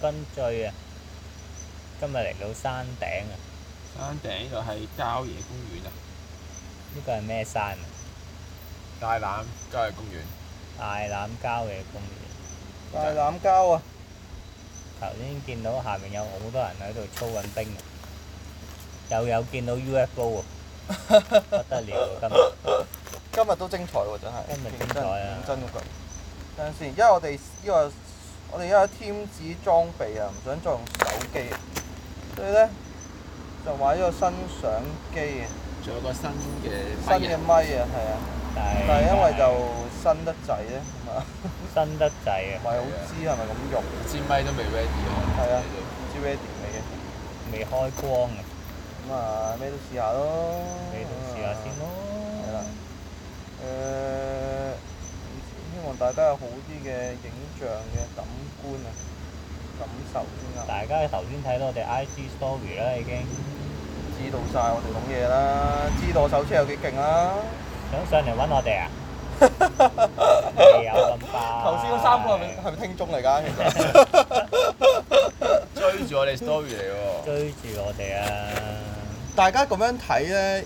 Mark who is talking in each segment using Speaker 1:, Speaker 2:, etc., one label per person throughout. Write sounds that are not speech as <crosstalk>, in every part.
Speaker 1: 分醉啊！今日嚟到山頂啊！
Speaker 2: 山頂呢度係郊野公園啊，
Speaker 1: 呢個係咩山啊？
Speaker 2: 大欖郊野公園。
Speaker 1: 大欖郊野公園。
Speaker 3: 大欖膠啊！
Speaker 1: 頭先見到下面有好多人喺度操緊兵啊，又有見到 UFO 啊！不得
Speaker 3: <laughs>
Speaker 1: 了啊！今日
Speaker 3: 今日都精彩喎，真係。
Speaker 1: 今日
Speaker 3: 認
Speaker 1: 精
Speaker 3: 真
Speaker 1: 彩啊
Speaker 3: 認真嗰句。等陣先，因為我哋呢個我哋因為添置裝備啊，唔想再用手機啊，所以咧就買咗個新相機啊，
Speaker 2: 仲有個新嘅
Speaker 3: 新
Speaker 1: 哎
Speaker 3: 嘅咪啊，係啊，但係因為就新得滯咧，咁啊
Speaker 1: 新得滯
Speaker 3: 唔
Speaker 1: 啊，
Speaker 3: 係好知係咪咁用，唔
Speaker 2: 支咪都未 ready 啊。
Speaker 3: 係啊知 ready 未嘅。
Speaker 1: 未開光啊，
Speaker 3: 咁啊，咩都試下咯。
Speaker 1: 你都試下先。
Speaker 3: 係
Speaker 1: 咯。。
Speaker 3: 啦誒、希望大家有好啲嘅影像嘅感官啊，感受先啊啦。
Speaker 1: 大家頭先睇到我哋 IG story 啦，已經
Speaker 3: 知道晒我哋懂嘢啦，知道我手車有幾勁啦。
Speaker 1: 想上嚟揾我哋
Speaker 3: <laughs>
Speaker 1: 啊？未有咁快。
Speaker 3: 頭先嗰三個係咪係咪聽眾嚟㗎？其實 <laughs>
Speaker 2: 追住我哋 story 嚟喎。
Speaker 1: 追住我哋啊！
Speaker 3: 大家咁樣睇咧，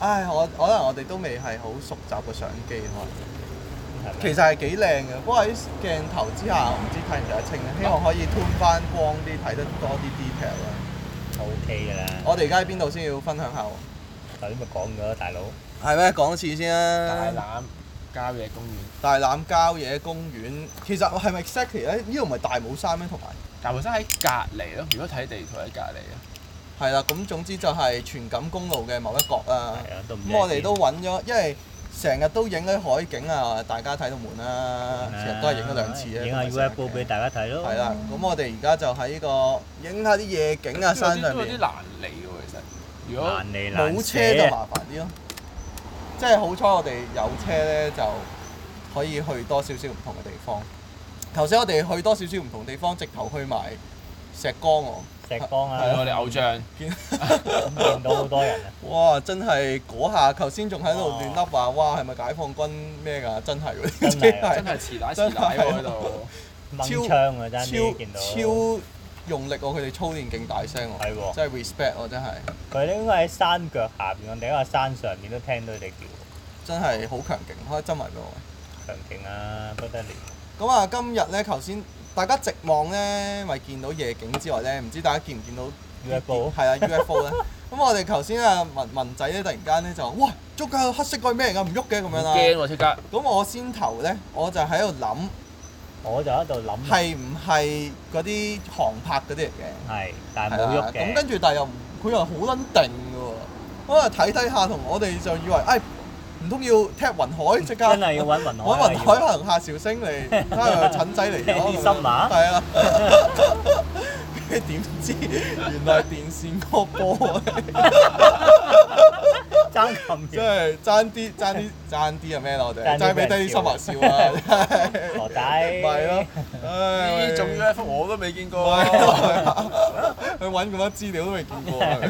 Speaker 3: 唉，我可能我哋都未係好熟習個相機可能。
Speaker 1: 係咪
Speaker 3: 其實係幾靚嘅，不過喺鏡頭之下，我唔知睇唔睇得清咧。希望可以 turn 翻光啲，睇得多啲 detail 啦。
Speaker 1: OK 㗎啦。
Speaker 3: 我哋而家喺邊度先要分享下喎？
Speaker 1: 頭先咪講咗，大佬
Speaker 3: 係咩？講一次先啊
Speaker 2: 大
Speaker 3: 啦。
Speaker 2: 欖郊野公園，
Speaker 3: 大欖郊野公園，其實係咪 exactly 咧？呢度唔係大帽山咩？同埋
Speaker 2: 大帽山喺隔離咯。如果睇地圖喺隔離啊。
Speaker 3: 係啦，咁總之就係荃錦公路嘅某一角啦。
Speaker 1: 係啊，都唔知喺邊。
Speaker 3: 咁我哋都揾咗，因為成日都影啲海景啊，大家睇到悶
Speaker 1: À,
Speaker 3: 啦，成日都係影咗兩次
Speaker 1: 啊影下
Speaker 3: 啊。
Speaker 1: UFO 俾大家睇咯。
Speaker 3: 係啦，咁我哋而家就喺呢個影下啲夜景啊，山上
Speaker 2: 都有
Speaker 3: 面
Speaker 2: 啲。難嚟喎，其實。如果
Speaker 1: 難離難
Speaker 3: 冇車
Speaker 1: 捨
Speaker 3: 就
Speaker 1: 啊
Speaker 3: 麻煩啲咯。即係好彩我哋有車咧，就可以去多少少唔同嘅地方。頭先我哋去多少少唔同地方，直頭去埋石崗喎。
Speaker 1: 石光
Speaker 2: 係
Speaker 1: 啊，
Speaker 2: 我哋偶像，
Speaker 1: 見到好多人啊，
Speaker 3: 哇！真係嗰下，頭先仲喺度
Speaker 1: 哇
Speaker 3: 亂笠話，哇係咪解放軍咩㗎？真係嗰
Speaker 1: 真
Speaker 3: 啲
Speaker 1: 係啊
Speaker 2: 真係持奶持
Speaker 3: 真
Speaker 2: 奶
Speaker 3: 係
Speaker 2: 喎喺度。
Speaker 1: 掹槍啊，真係見到。
Speaker 3: 超超用力喎！佢哋操練勁大聲
Speaker 1: 係喎
Speaker 3: 喎，真係 respect 喎！真係
Speaker 1: 佢哋應該喺山腳下邊，我哋喺個山上面都聽到佢哋叫
Speaker 3: 真係好強勁，可以執埋俾我。
Speaker 1: 強勁啊，不得了。
Speaker 3: 咁啊，今日咧，頭先大家直望咧，咪見到夜景之外咧，唔知大家見唔見到
Speaker 1: UFO
Speaker 3: <laughs> 係啊 UFO 咧。咁我哋頭先啊文文仔咧，突然間咧就話：哇，捉架黑色嗰個咩人啊？唔喐嘅咁樣
Speaker 2: 好
Speaker 3: 啦。
Speaker 2: 驚喎！即刻
Speaker 3: 咁我先頭咧，我就喺度諗
Speaker 1: 我就喺度諗啊，
Speaker 3: 係唔係嗰啲航拍嗰啲嚟嘅？
Speaker 1: 係，但係冇
Speaker 3: 係啦
Speaker 1: 喐
Speaker 3: 咁
Speaker 1: 嘅。
Speaker 3: 跟住但係又唔佢又好撚定嘅喎。咁啊睇睇下同我哋就以為，唉，唔通要踢雲海即刻？
Speaker 1: 真係要揾雲
Speaker 3: 我
Speaker 1: 海啊
Speaker 3: 雲
Speaker 1: 要
Speaker 3: 海行下兆星嚟，睇下陳
Speaker 1: <laughs>
Speaker 3: 仔嚟咗，
Speaker 1: 你心啊
Speaker 3: 係啊，跟住點知原來係電線嗰波，啊
Speaker 1: <laughs> 爭咁遠，
Speaker 3: 真係爭啲爭啲爭啲啊係咩啦？我哋
Speaker 1: 爭啲
Speaker 3: 爭俾低
Speaker 1: 俾
Speaker 3: 啲
Speaker 1: 人
Speaker 3: 心埋笑啊！
Speaker 1: <laughs>
Speaker 3: 真係
Speaker 1: 傻仔。
Speaker 3: 咪咯，唉，
Speaker 2: 呢種 UFO 我都未見過。
Speaker 3: <laughs> 去揾咁多資料都未見過，係咪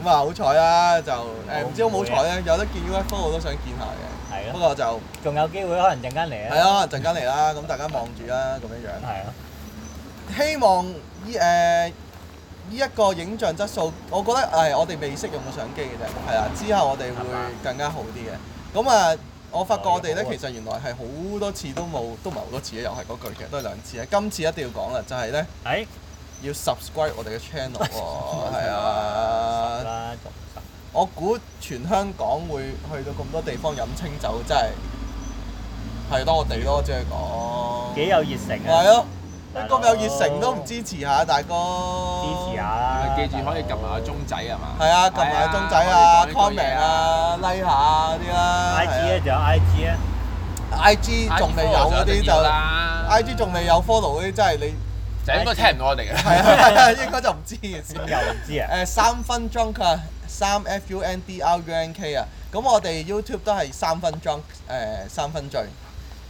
Speaker 3: 咁啊好彩啦！就誒唔知好唔好彩咧，有得見 UFO 我都想見下嘅，
Speaker 1: 係
Speaker 3: 不
Speaker 1: 咯，
Speaker 3: 過就
Speaker 1: 仲有機會可能陣間嚟
Speaker 3: 係
Speaker 1: 啊。
Speaker 3: 啦，陣間嚟啦，咁大家望住啦，咁樣樣。
Speaker 1: 係啊。
Speaker 3: 希望依誒依一個影像質素，我覺得誒、我哋未識用嘅相機嘅啫，係啦，之後我哋
Speaker 2: 係嘛
Speaker 3: 會更加好啲嘅。咁啊，我發覺我哋咧
Speaker 1: 哦好啊
Speaker 3: 其實原來係好多次都冇，都唔係好多次嘅，又係嗰句嘅，都係兩次嘅。今次一定要講啦，就係、咧
Speaker 1: 誒，
Speaker 3: 要 subscribe 我哋嘅 channel 喎，係啊，
Speaker 1: 啦，仲十
Speaker 3: 我估全香港會去到咁多地方飲清酒，真係係多我哋咯，只係講
Speaker 1: 幾有熱誠啊！
Speaker 3: 係咯。你
Speaker 1: 大佬，
Speaker 3: 咁有熱誠都唔支持下大哥，
Speaker 1: 支持下啦。
Speaker 2: 記住可以撳下
Speaker 1: 鐘。
Speaker 2: 鐘仔係嘛？
Speaker 3: 係啊，撳下鐘仔啊
Speaker 2: 我哋講呢個嘢
Speaker 3: ，comment 啊，like 下嗰啲啦啊
Speaker 1: I G 啊咧，仲有 I G 咧，
Speaker 3: I G 仲未有嗰啲就 I G 仲未有 follow 嗰啲，真係你
Speaker 2: 就應該聽唔到我哋嘅。
Speaker 3: 係啊
Speaker 1: <laughs>
Speaker 3: 係啊，應該就唔知嘅事。
Speaker 1: 又唔知啊。
Speaker 3: 誒呃三分 drunk 啊，三 F U N D R U N K 啊，咁我哋 YouTube 都係三分 drunk 誒三分醉，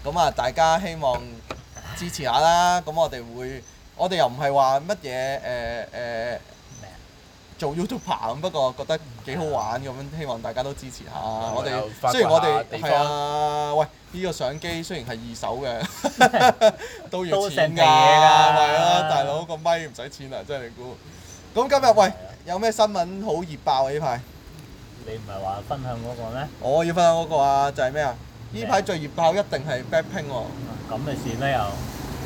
Speaker 3: 咁啊大家希望支持下啦，咁我哋會，我哋又唔係話乜嘢誒誒。呃做 YouTube 咁，不過覺得幾好玩咁樣，希望大家都支持下。我
Speaker 2: 又發
Speaker 3: 哋
Speaker 2: 掘
Speaker 3: 雖然我哋
Speaker 2: 下地方
Speaker 3: 係啊，喂，呢、個相機雖然係二手嘅，都要
Speaker 1: 都
Speaker 3: 錢
Speaker 1: 成
Speaker 3: 㗎，
Speaker 1: 皮嘢㗎
Speaker 3: 係啊，大佬個咪唔使錢啊，真係你估。咁今日喂，有咩新聞好熱爆啊？呢排
Speaker 1: 你唔係話分享嗰個咩？
Speaker 3: 我要分享嗰個啊，就係咩啊？呢
Speaker 1: 咩
Speaker 3: 排最熱爆一定係 Blackpink 喎。
Speaker 1: 咁嘅事咩又？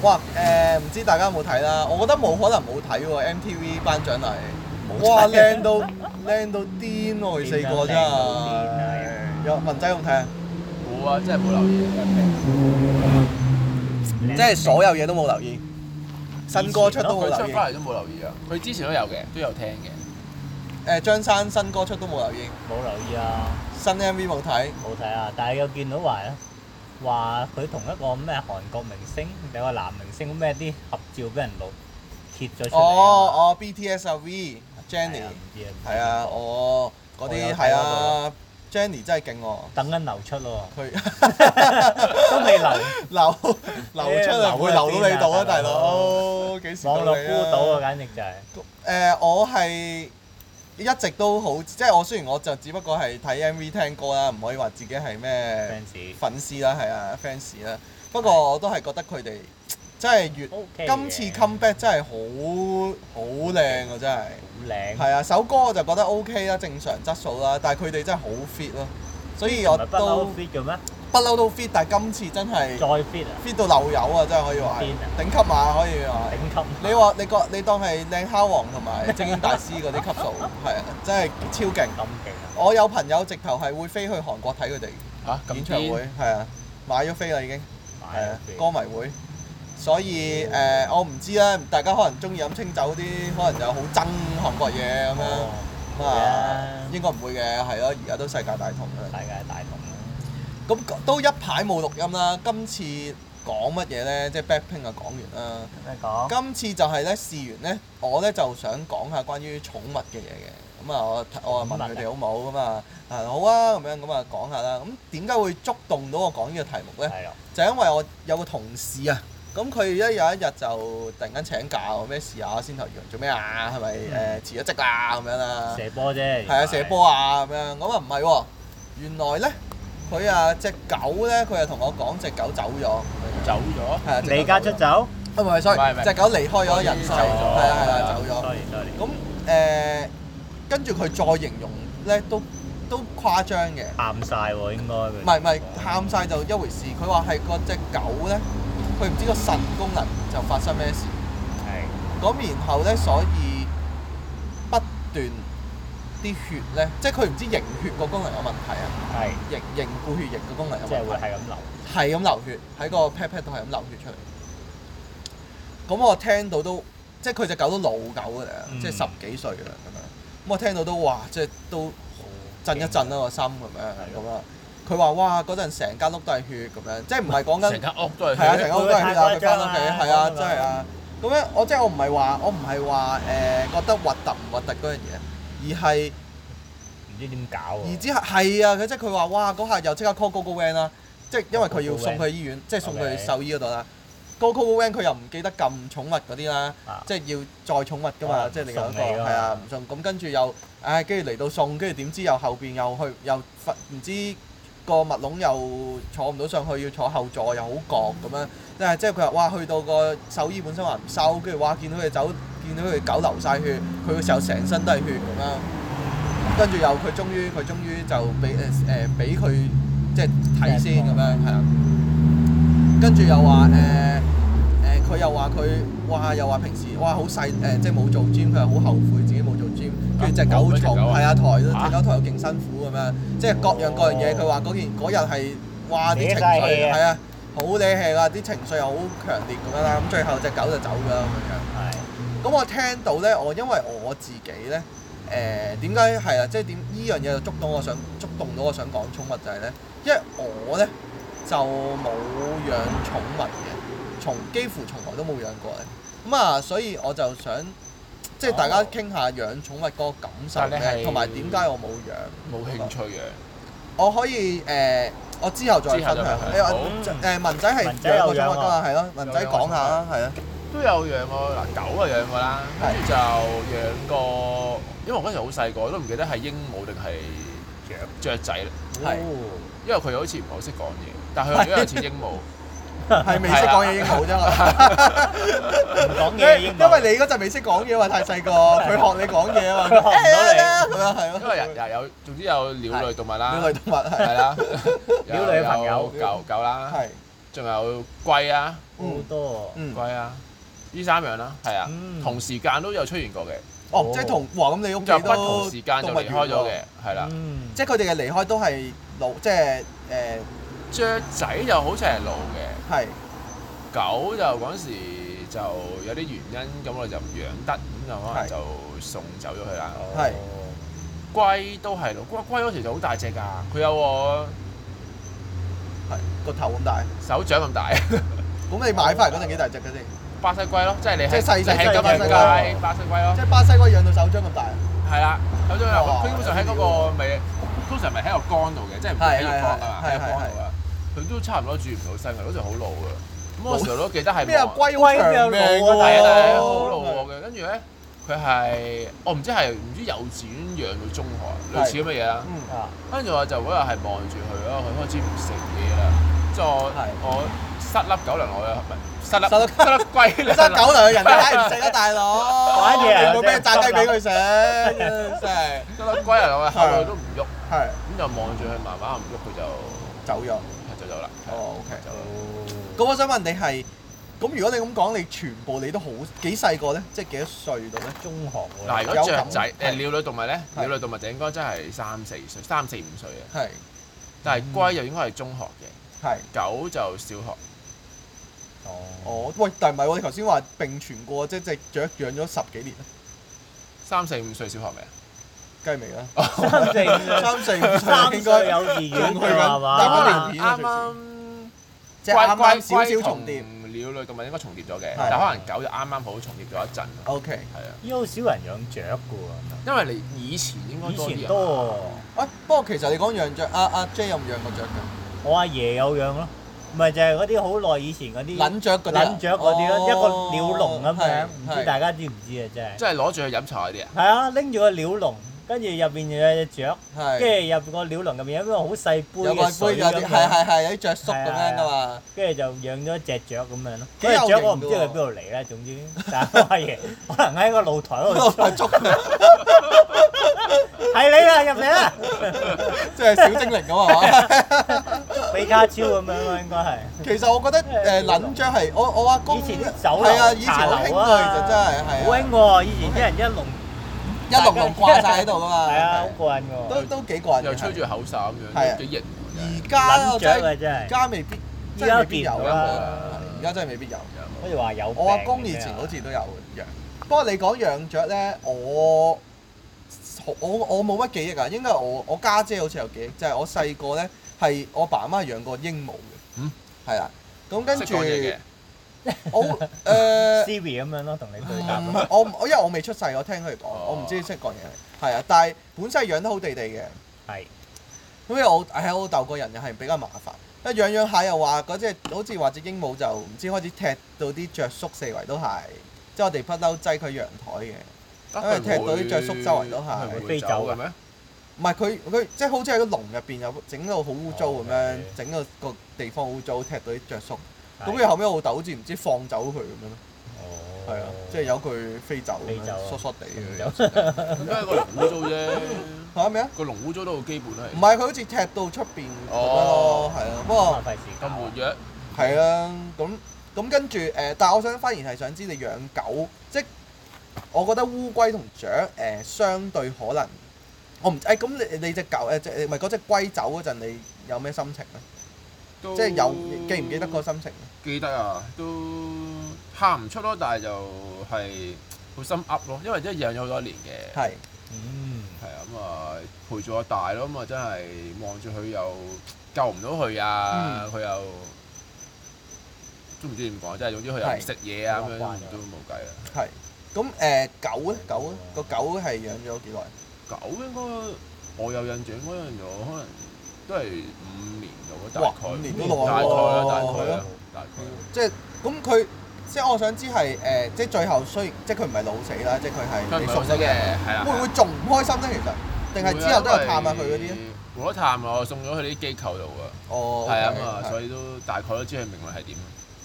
Speaker 3: 哇！誒、唔知大家有冇睇啦？我覺得冇可能冇睇喎，MTV 頒獎禮。
Speaker 1: 冇
Speaker 3: 哇！
Speaker 1: 睇
Speaker 3: 靚到靚到癲喎，佢四個真
Speaker 1: 癲啊
Speaker 3: 係。有文仔有冇睇啊？
Speaker 2: 冇啊，真係冇留意。
Speaker 3: 即係所有嘢都冇留意，新歌出都冇
Speaker 2: 佢
Speaker 3: 留
Speaker 2: 出
Speaker 3: 意。誒、
Speaker 2: 翻嚟都冇留意啊！佢之前都有嘅，都有聽嘅。
Speaker 3: 張生新歌出都冇留意，
Speaker 1: 冇留意啊，
Speaker 3: 新 MV 冇睇。
Speaker 1: 冇睇啊，但係又見到話話佢同一個咩韓國明星定個男明星咩啲合照俾人錄揭咗出嚟
Speaker 3: 哦
Speaker 1: 啊。
Speaker 3: 哦，BTS 啊 V
Speaker 1: 係
Speaker 3: Jenny
Speaker 1: 啊唔知啊，
Speaker 3: 係啊，我
Speaker 1: 我
Speaker 3: 嗰
Speaker 1: 有睇
Speaker 3: 啲係啊，Jenny 真係勁喎，
Speaker 1: 等緊流出咯，
Speaker 3: <laughs> 佢
Speaker 1: 都未
Speaker 3: <laughs>
Speaker 1: 流， <laughs>
Speaker 3: 流流出嚟
Speaker 1: 流
Speaker 3: 會
Speaker 1: 喺
Speaker 3: 流到你度
Speaker 1: 邊
Speaker 3: 啊，
Speaker 1: 啊
Speaker 3: 大
Speaker 1: 大
Speaker 3: 佬幾時到
Speaker 1: 網絡
Speaker 3: 你
Speaker 1: 孤島啊，
Speaker 3: 啊？
Speaker 1: 簡直就係
Speaker 3: 誒、我係一直都好，即係我雖然我就只不過係睇 MV 聽歌啦，唔可以話自己係咩
Speaker 1: fans。
Speaker 3: 粉絲啦，係啊 fans 啦。不過我都係覺得佢哋真係越
Speaker 1: OK
Speaker 3: 今次
Speaker 1: 嘅
Speaker 3: comeback 真係好好靚啊！真係
Speaker 1: 好靚，
Speaker 3: 係啊，首歌我就覺得 OK 啦，正常質素啦，但係佢哋真係好 fit 咯，所以我
Speaker 1: 唔係不嬲
Speaker 3: 都
Speaker 1: fit 嘅咩？
Speaker 3: 不嬲都 fit，但係今次真係
Speaker 1: 再 fit 啊，
Speaker 3: fit 到漏油啊！真係可以話係
Speaker 1: 癲啊
Speaker 3: 頂級馬可以話係。
Speaker 1: 頂級。
Speaker 3: 你話你覺你當係靚蝦王同
Speaker 1: <laughs>
Speaker 3: 埋精英大師嗰啲級數，係啊，真係超勁！
Speaker 1: 咁勁啊？
Speaker 3: 我有朋友直頭係會飛去韓國睇佢哋
Speaker 2: 嚇咁
Speaker 3: 演唱
Speaker 2: 癲
Speaker 3: 會，係啊，買咗飛啦已經，
Speaker 1: 買
Speaker 3: 係
Speaker 1: 啊
Speaker 3: 啊，歌迷會。所以誒、我唔知啦，大家可能中意飲清酒啲，可能就好憎韓國嘢咁樣。咁啊
Speaker 1: 哦，
Speaker 3: 應該唔會嘅，係咯，而家都世界大同啦。
Speaker 1: 世界大同啦，
Speaker 3: 咁都一排冇錄音啦，今次講乜嘢咧？即係 Blackpink 就講完啦。
Speaker 1: 咩講？
Speaker 3: 今次就係咧試完咧，我咧就想講下關於寵物嘅嘢嘅。咁啊，我我啊問佢哋好冇咁啊，啊好啊咁樣咁啊講下啦。咁點解會觸動到我講呢個題目咧？
Speaker 1: 係咯，
Speaker 3: 就因為我有個同事啊，咁佢一有一日就突然間請假，我咩事啊？先頭以為做咩啊？係咪誒辭咗職啦咁樣啦？
Speaker 1: 射波啫。
Speaker 3: 係啊，射波啊咁樣。咁啊唔係喎，原來咧佢啊只狗咧，佢啊同我講只狗走咗。
Speaker 2: 走咗。
Speaker 3: 係啊，
Speaker 1: 原
Speaker 3: 隻狗
Speaker 1: 來。你家
Speaker 3: 走
Speaker 1: 出
Speaker 3: 咗
Speaker 1: 走？
Speaker 3: 唔係唔係，sorry，
Speaker 2: 唔係唔係
Speaker 3: 隻狗離開咗人世，
Speaker 2: 走
Speaker 3: 係
Speaker 2: 咗
Speaker 3: 啊係啊，走咗。
Speaker 1: sorry sorry。
Speaker 3: 咁誒，跟住佢再形容咧，都都誇張嘅。
Speaker 1: 喊晒喎，應該佢。
Speaker 3: 唔係唔係，喊晒就一回事。佢話係嗰只狗咧，佢唔知個腎功能就發生咩事。
Speaker 1: 係。
Speaker 3: 咁然後咧，所以不斷啲血咧，即係佢唔知凝血個功能有問題啊，
Speaker 1: 係
Speaker 3: 凝凝固血液個功能有
Speaker 1: 即係會
Speaker 3: 問題。
Speaker 1: 係咁流。
Speaker 3: 係咁流血喺個 pat pat 度係咁流血出嚟。咁我聽到都即係佢只狗都老狗㗎啦，
Speaker 1: 嗯
Speaker 3: 即係十幾歲㗎啦咁樣。咁我聽到都哇，即係都震一震啦個心咁樣
Speaker 1: 係
Speaker 3: 咁啊。佢話哇嗰陣成間屋都係血咁樣，即係唔係講
Speaker 2: 成
Speaker 3: 緊
Speaker 2: 間屋都係
Speaker 3: 係啊成
Speaker 2: 血
Speaker 3: 間屋都係血
Speaker 1: 會唔會太誇
Speaker 3: 啊！佢翻
Speaker 1: 張
Speaker 3: 屋
Speaker 1: 啊
Speaker 3: 企係
Speaker 1: 咁
Speaker 3: 啊
Speaker 1: 樣
Speaker 3: 真係啊。咁樣我即係我唔係話我唔係話誒覺得核突唔核突嗰樣嘢，而係。
Speaker 1: 唔知點搞喎。
Speaker 3: 而之後係啊，佢即係佢話哇嗰下又即刻 call Go Go Van 啦，即係因為佢要送佢去醫院，即係送佢去
Speaker 1: OK
Speaker 3: 獸醫嗰度啦。Go Go Van 佢又唔記得撳寵物嗰啲啦，
Speaker 1: 啊
Speaker 3: 即係要再寵物噶嘛，
Speaker 1: 哦
Speaker 3: 即係另外一個
Speaker 1: 送你㗎嘛
Speaker 3: 係啊唔送，咁跟住又唉跟住嚟到送，跟住點知又後邊又去又發唔知個襪籠又坐唔到上去，要坐後座又好焗咁樣，即係即係佢話哇去到個獸醫本身話唔收，跟住哇見到佢走，見到佢狗流晒血，佢個時候成身都係血咁樣。跟住又佢終於佢終於就俾誒誒俾佢即係睇先咁樣係啦，跟住又話誒誒佢又話佢哇又話平時哇好細誒即係冇做 gym，佢又好後悔自己冇做 gym，跟住隻啊狗重係啊抬隻狗抬又勁辛苦咁樣，即係各樣各樣嘢。佢話嗰件嗰日係哇啲情緒係啊好嗲氣啊，啲情緒又好強烈咁樣啦，咁最後隻狗就走咗啦咁樣。
Speaker 1: 係
Speaker 3: 咁我聽到咧，我因為我自己咧，誒點解係啊？即係點呢樣嘢就觸動我想觸動到我想講寵物就係咧，因為我咧就冇養寵物嘅，從幾乎從來都冇養過嘅。咁啊，所以我就想即係大家
Speaker 2: 哦
Speaker 3: 傾下養寵物嗰個感受
Speaker 2: 但你
Speaker 3: 咧，
Speaker 2: 係
Speaker 3: 同埋點解我冇養。
Speaker 2: 冇興趣嘅。
Speaker 3: 我可以誒、我之後再分享。
Speaker 2: 之後再分享哎
Speaker 3: 你話
Speaker 2: 好
Speaker 3: 誒文仔係
Speaker 1: 文仔
Speaker 3: 養過
Speaker 1: 有
Speaker 3: 寵
Speaker 1: 養
Speaker 3: 物㗎
Speaker 1: 啊
Speaker 3: 嘛？係咯，文仔
Speaker 2: 有養過
Speaker 3: 講
Speaker 1: <laughs>
Speaker 3: 下啊，係啊。
Speaker 2: 都有養過嗱，狗啊養過啦，跟住就養過因為我嗰時好細個，都唔記得係鸚鵡定係雀仔啦。
Speaker 3: 係
Speaker 2: 因為佢好似唔係好識講嘢，但係佢又有似鸚 <laughs> 鵡。
Speaker 3: 係未識講嘢鸚鵡啫嘛。
Speaker 1: 唔講
Speaker 3: 因
Speaker 1: 嘢已
Speaker 3: 為
Speaker 1: 經
Speaker 3: 因為你嗰陣未識講嘢嘛，太細個，佢學你講嘢啊嘛。
Speaker 1: 佢學唔到
Speaker 3: 咁樣係咯。
Speaker 2: 因為人又有，總之有鳥類動物啦，
Speaker 3: 鳥類動物係
Speaker 2: 係 <laughs> 啦，
Speaker 1: 鳥類嘅朋友
Speaker 2: 有狗狗啦，
Speaker 3: 係
Speaker 2: 仲有龜啊，
Speaker 3: ừ,
Speaker 1: 好多
Speaker 3: 嗯
Speaker 2: 龜啊，呢三樣啦，係啊
Speaker 1: 嗯，
Speaker 2: 同時間都有出現過嘅，
Speaker 3: 哦，即係同哇咁你屋
Speaker 2: 咁
Speaker 3: 企
Speaker 2: 就
Speaker 3: 都
Speaker 2: 不同時間就
Speaker 3: 動物
Speaker 2: 離開
Speaker 3: 園
Speaker 2: 咗
Speaker 3: 喎
Speaker 2: 嘅，係啦。
Speaker 1: 嗯
Speaker 3: 即係佢哋嘅離開都係老，即係誒
Speaker 2: 雀仔又好似係老嘅，
Speaker 3: 係
Speaker 2: 狗就嗰陣時就有啲原因，咁我哋就唔養得，咁就可能
Speaker 3: 係
Speaker 2: 就送走咗佢啦。
Speaker 3: 係
Speaker 1: 哦
Speaker 2: 龜都係老，龜龜嗰時就好大隻㗎，佢有我
Speaker 3: 係個頭咁大。
Speaker 2: 手掌咁大。 <laughs>
Speaker 3: 咁你買翻嚟嗰陣幾大隻嘅先？
Speaker 2: 巴西龜咯，即係你
Speaker 3: 即係
Speaker 2: 喺
Speaker 3: 細細
Speaker 2: 你喺金
Speaker 1: 細
Speaker 2: 銀
Speaker 1: 細
Speaker 2: 街
Speaker 1: 嗰個
Speaker 2: 巴西龜咯
Speaker 3: 即，係巴西龜養到手掌咁大啊。
Speaker 2: 係啦，咁就有
Speaker 3: 哇
Speaker 2: 佢基本上喺嗰個咪，通常咪喺個缸度嘅，即係唔係喺個缸㗎嘛，
Speaker 3: 係係
Speaker 2: 喺個缸度啊，佢都差唔多住唔到身㗎，嗰時好老㗎。咁我嗰時候都記得係
Speaker 3: 咩啊？哦
Speaker 2: 望
Speaker 3: 龜
Speaker 1: 龜
Speaker 3: 好長命
Speaker 1: 邊有老
Speaker 2: 係
Speaker 1: 啊
Speaker 2: 啊，但係
Speaker 1: 係
Speaker 2: 好老喎嘅，跟住咧佢係我唔知係唔知幼稚園養到中學，類似咁嘅嘢啦。
Speaker 3: 嗯，
Speaker 1: 啊
Speaker 2: 跟住我就嗰日係望住佢咯，佢開始唔食嘢啦，即係我
Speaker 3: 係
Speaker 2: 我塞粒狗糧我啊，唔係塞粒
Speaker 3: 塞粒
Speaker 2: 塞粒龜
Speaker 3: 你
Speaker 2: 糧
Speaker 3: 生狗糧人哋梗係唔食啦，大佬。
Speaker 1: 玩嘢啊
Speaker 3: 你冇俾炸雞俾佢食，真係
Speaker 2: <laughs> 塞粒龜糧我後來都唔喐。
Speaker 3: 係
Speaker 2: 咁就望住佢慢慢唔喐，佢就
Speaker 3: 走咗。
Speaker 2: 就走啦。
Speaker 3: 哦，OK。
Speaker 2: 走啦。
Speaker 3: 咁我想問你係，咁如果你咁講，你全部你都好幾細個咧？即係幾多歲到咧？
Speaker 1: 中學喎
Speaker 2: 嗱，如
Speaker 3: 嗯有
Speaker 2: 果雀仔
Speaker 3: 感
Speaker 2: 誒
Speaker 3: 係
Speaker 2: 鳥類動物咧，
Speaker 3: 係
Speaker 2: 鳥類動物就應該真係三四歲、三四五歲嘅，
Speaker 3: 係
Speaker 2: 但
Speaker 3: 嗯
Speaker 2: 係龜就應該係中學嘅，
Speaker 3: 係。
Speaker 1: <laughs>
Speaker 2: 狗就小學。
Speaker 1: 哦
Speaker 3: 哦，喂，但係唔係我哋頭先話並存過，即係只雀養咗十幾年，
Speaker 2: 三四五歲小學未啊？
Speaker 3: 雞未啦，
Speaker 1: 三四歲
Speaker 3: 三四五
Speaker 1: 三
Speaker 3: 歲應
Speaker 1: 歲
Speaker 3: 該
Speaker 1: 幼稚園
Speaker 3: 仲去緊
Speaker 1: 㗎
Speaker 3: 但
Speaker 1: 嘛
Speaker 3: 係？
Speaker 2: 可能
Speaker 3: 嗰年
Speaker 2: 啱
Speaker 3: 片啊
Speaker 2: 啱
Speaker 3: 即係啱啱
Speaker 2: 龜
Speaker 3: 少
Speaker 2: 龜
Speaker 3: 少重
Speaker 2: 同
Speaker 3: 疊。
Speaker 2: 鳥類動物應該重疊咗嘅
Speaker 3: 係，
Speaker 2: 但可能狗就啱啱好重疊咗一陣。
Speaker 3: O K，
Speaker 2: 係啊，
Speaker 1: 依家好少人養雀㗎喎，
Speaker 2: 因為你以前應該
Speaker 1: 以
Speaker 2: 多啲
Speaker 1: 前
Speaker 2: 人
Speaker 1: 多喎。
Speaker 3: 喂，不過其實你講養雀，阿阿 J 有冇養過雀㗎？
Speaker 1: 我阿爺有養咯，咪就係嗰啲好耐以前嗰啲
Speaker 3: 撚雀嗰啲啊，
Speaker 1: 撚雀嗰啲咯，一個鳥籠咁樣，
Speaker 3: 係
Speaker 1: 唔
Speaker 3: 係
Speaker 1: 知大家知唔知啊？真係
Speaker 2: 即係攞住去飲茶嗰啲啊。
Speaker 1: 係啊，拎住個鳥籠，跟住入邊有隻雀，跟
Speaker 3: 係
Speaker 1: 住入個鳥籠入面有個好細杯
Speaker 3: 有個
Speaker 1: 嘅
Speaker 3: 杯
Speaker 1: 水
Speaker 3: 有
Speaker 1: 咁
Speaker 3: 啲係
Speaker 1: 樣，
Speaker 3: 係係有啲雀叔咁樣㗎嘛，
Speaker 1: 跟住就養咗一隻雀咁樣咯。
Speaker 3: 幾
Speaker 1: 嗰隻
Speaker 3: 有型
Speaker 1: 雀我唔知
Speaker 3: 㗎喎
Speaker 1: 佢邊度嚟啦，總之，但係我阿爺可能喺個露台嗰度，
Speaker 3: 老 <laughs> 闆捉佢
Speaker 1: 係你啦，入嚟啦，
Speaker 3: 即係小精靈咁啊！
Speaker 1: 比卡超咁樣咯，應該係。
Speaker 3: 其實我覺得誒撚雀係我我阿公
Speaker 1: 以前啲酒樓
Speaker 3: 係啊，以前好
Speaker 1: 茶
Speaker 3: 興
Speaker 1: 樓
Speaker 3: 㗎，
Speaker 1: 啊
Speaker 3: 其實真係
Speaker 1: 好
Speaker 3: 係
Speaker 1: 興
Speaker 3: 啊
Speaker 1: 喎，以前啲人一籠，
Speaker 3: 一籠籠掛晒喺度㗎嘛，
Speaker 1: 係啊，好過癮㗎喎
Speaker 3: 都。都幾過癮
Speaker 2: 又
Speaker 3: 嘅。
Speaker 2: 吹住口哨咁
Speaker 3: 係
Speaker 2: 樣，
Speaker 3: 啊
Speaker 2: 幾型喎真係。
Speaker 3: 而家我
Speaker 1: 撚雀
Speaker 3: 真
Speaker 1: 啊
Speaker 3: 係
Speaker 1: 真係
Speaker 3: 而。家未必，
Speaker 1: 依
Speaker 3: 真係
Speaker 1: 家
Speaker 3: 未必有
Speaker 1: 見唔到
Speaker 3: 啦。
Speaker 1: 啦，
Speaker 3: 而家真係未必有。
Speaker 2: 有啊冇
Speaker 1: 好似話有病啊
Speaker 3: 我阿公以前好似都有養，不過你講養雀咧，我我我冇乜記憶啊，應該我我家姐好似有記憶，就係、我細個咧係我爸媽養過鸚鵡嘅，
Speaker 2: 嗯，
Speaker 3: 係啊，咁跟
Speaker 2: 識
Speaker 3: 住
Speaker 2: 講嘢嘅。
Speaker 3: 我誒、呃
Speaker 1: Siri 咁樣咯，同你對答
Speaker 3: 嗯我唔我因為我未出世，我聽佢哋講，
Speaker 2: 哦
Speaker 3: 我唔知識講嘢係啊，但係本身係養得好地地嘅，
Speaker 1: 係
Speaker 3: 因為我喺我老豆個人又係比較麻煩。一養養下又話嗰只好似話只鸚鵡就唔知開始踢到啲雀宿四圍都係，即係我哋不嬲擠佢陽台嘅。
Speaker 2: 因
Speaker 3: 因為踢到啲雀叔周圍都係
Speaker 1: 飛走嘅
Speaker 2: 咩？
Speaker 3: 唔係佢佢即係好似喺個籠入邊有整到好污糟咁樣
Speaker 1: 哦，
Speaker 3: 整到個地方污糟，踢到啲雀叔。
Speaker 1: 係
Speaker 3: 咁佢後尾我豆好似唔知放走佢咁樣咯，
Speaker 1: 哦
Speaker 3: 係啊，即係由佢飛走咁
Speaker 1: 飛走
Speaker 3: 樣，
Speaker 1: 啊
Speaker 3: 疏疏地嘅。
Speaker 1: 有
Speaker 2: 咁梗係個籠污糟啫， <laughs>
Speaker 3: 嚇咩啊？
Speaker 2: 個籠污糟都好基本啊啦。
Speaker 3: 唔係佢好似踢到出邊咁樣咯
Speaker 2: 哦，
Speaker 3: 係啊。不
Speaker 1: 咁
Speaker 3: 過
Speaker 1: 啊費事
Speaker 2: 咁活躍，
Speaker 3: 係啊，咁咁跟住誒，但係我想反而係想知你養狗，即係我覺得烏龜同雀誒相對可能。我唔誒咁你你只狗誒即係唔係嗰只龜走嗰陣你有咩心情咧？
Speaker 2: 都
Speaker 3: 即係有記唔記得個心情呢？
Speaker 2: 記得啊，都喊唔出咯，但係就係好心噏咯，因為真係養咗好多年嘅。
Speaker 3: 係
Speaker 1: 嗯
Speaker 2: 係啊，咁啊陪住我大咯，咁啊真係望住佢又救唔到佢啊，
Speaker 3: 嗯
Speaker 2: 佢又都唔知點講，即係總之佢又唔
Speaker 3: 係
Speaker 2: 食嘢啊咁樣
Speaker 1: 習慣咗，
Speaker 2: 都冇計啦。
Speaker 3: 係。咁誒、呃狗咧，狗咧，個狗係養咗幾耐？
Speaker 2: 狗應該我有印象嗰陣我可能都係五年度咯，大
Speaker 3: 哇
Speaker 2: 概
Speaker 3: 五年
Speaker 1: 都
Speaker 2: 大
Speaker 1: 耐
Speaker 2: 概啊
Speaker 1: 喎
Speaker 2: 啦，大
Speaker 1: 係
Speaker 2: 概啦
Speaker 3: 哦
Speaker 1: 咯，
Speaker 2: 大概啦。
Speaker 3: 即係咁佢即係我想知係誒、呃即係最後雖即係佢唔係老死啦，即係佢係
Speaker 2: 佢唔
Speaker 3: 你
Speaker 2: 係
Speaker 3: 熟
Speaker 2: 好識
Speaker 3: 咗
Speaker 2: 嘅
Speaker 3: 嘅，，
Speaker 2: 啊係啊啦。
Speaker 3: 會唔會仲唔開心咧？其實定係之後都有探下佢嗰啲咧？？
Speaker 2: 冇得探啊！我送咗去啲機構度啊，
Speaker 3: 哦，
Speaker 2: 係啊
Speaker 3: OK，
Speaker 2: 嘛，
Speaker 3: 係
Speaker 2: 所以都大概都知佢命運係點。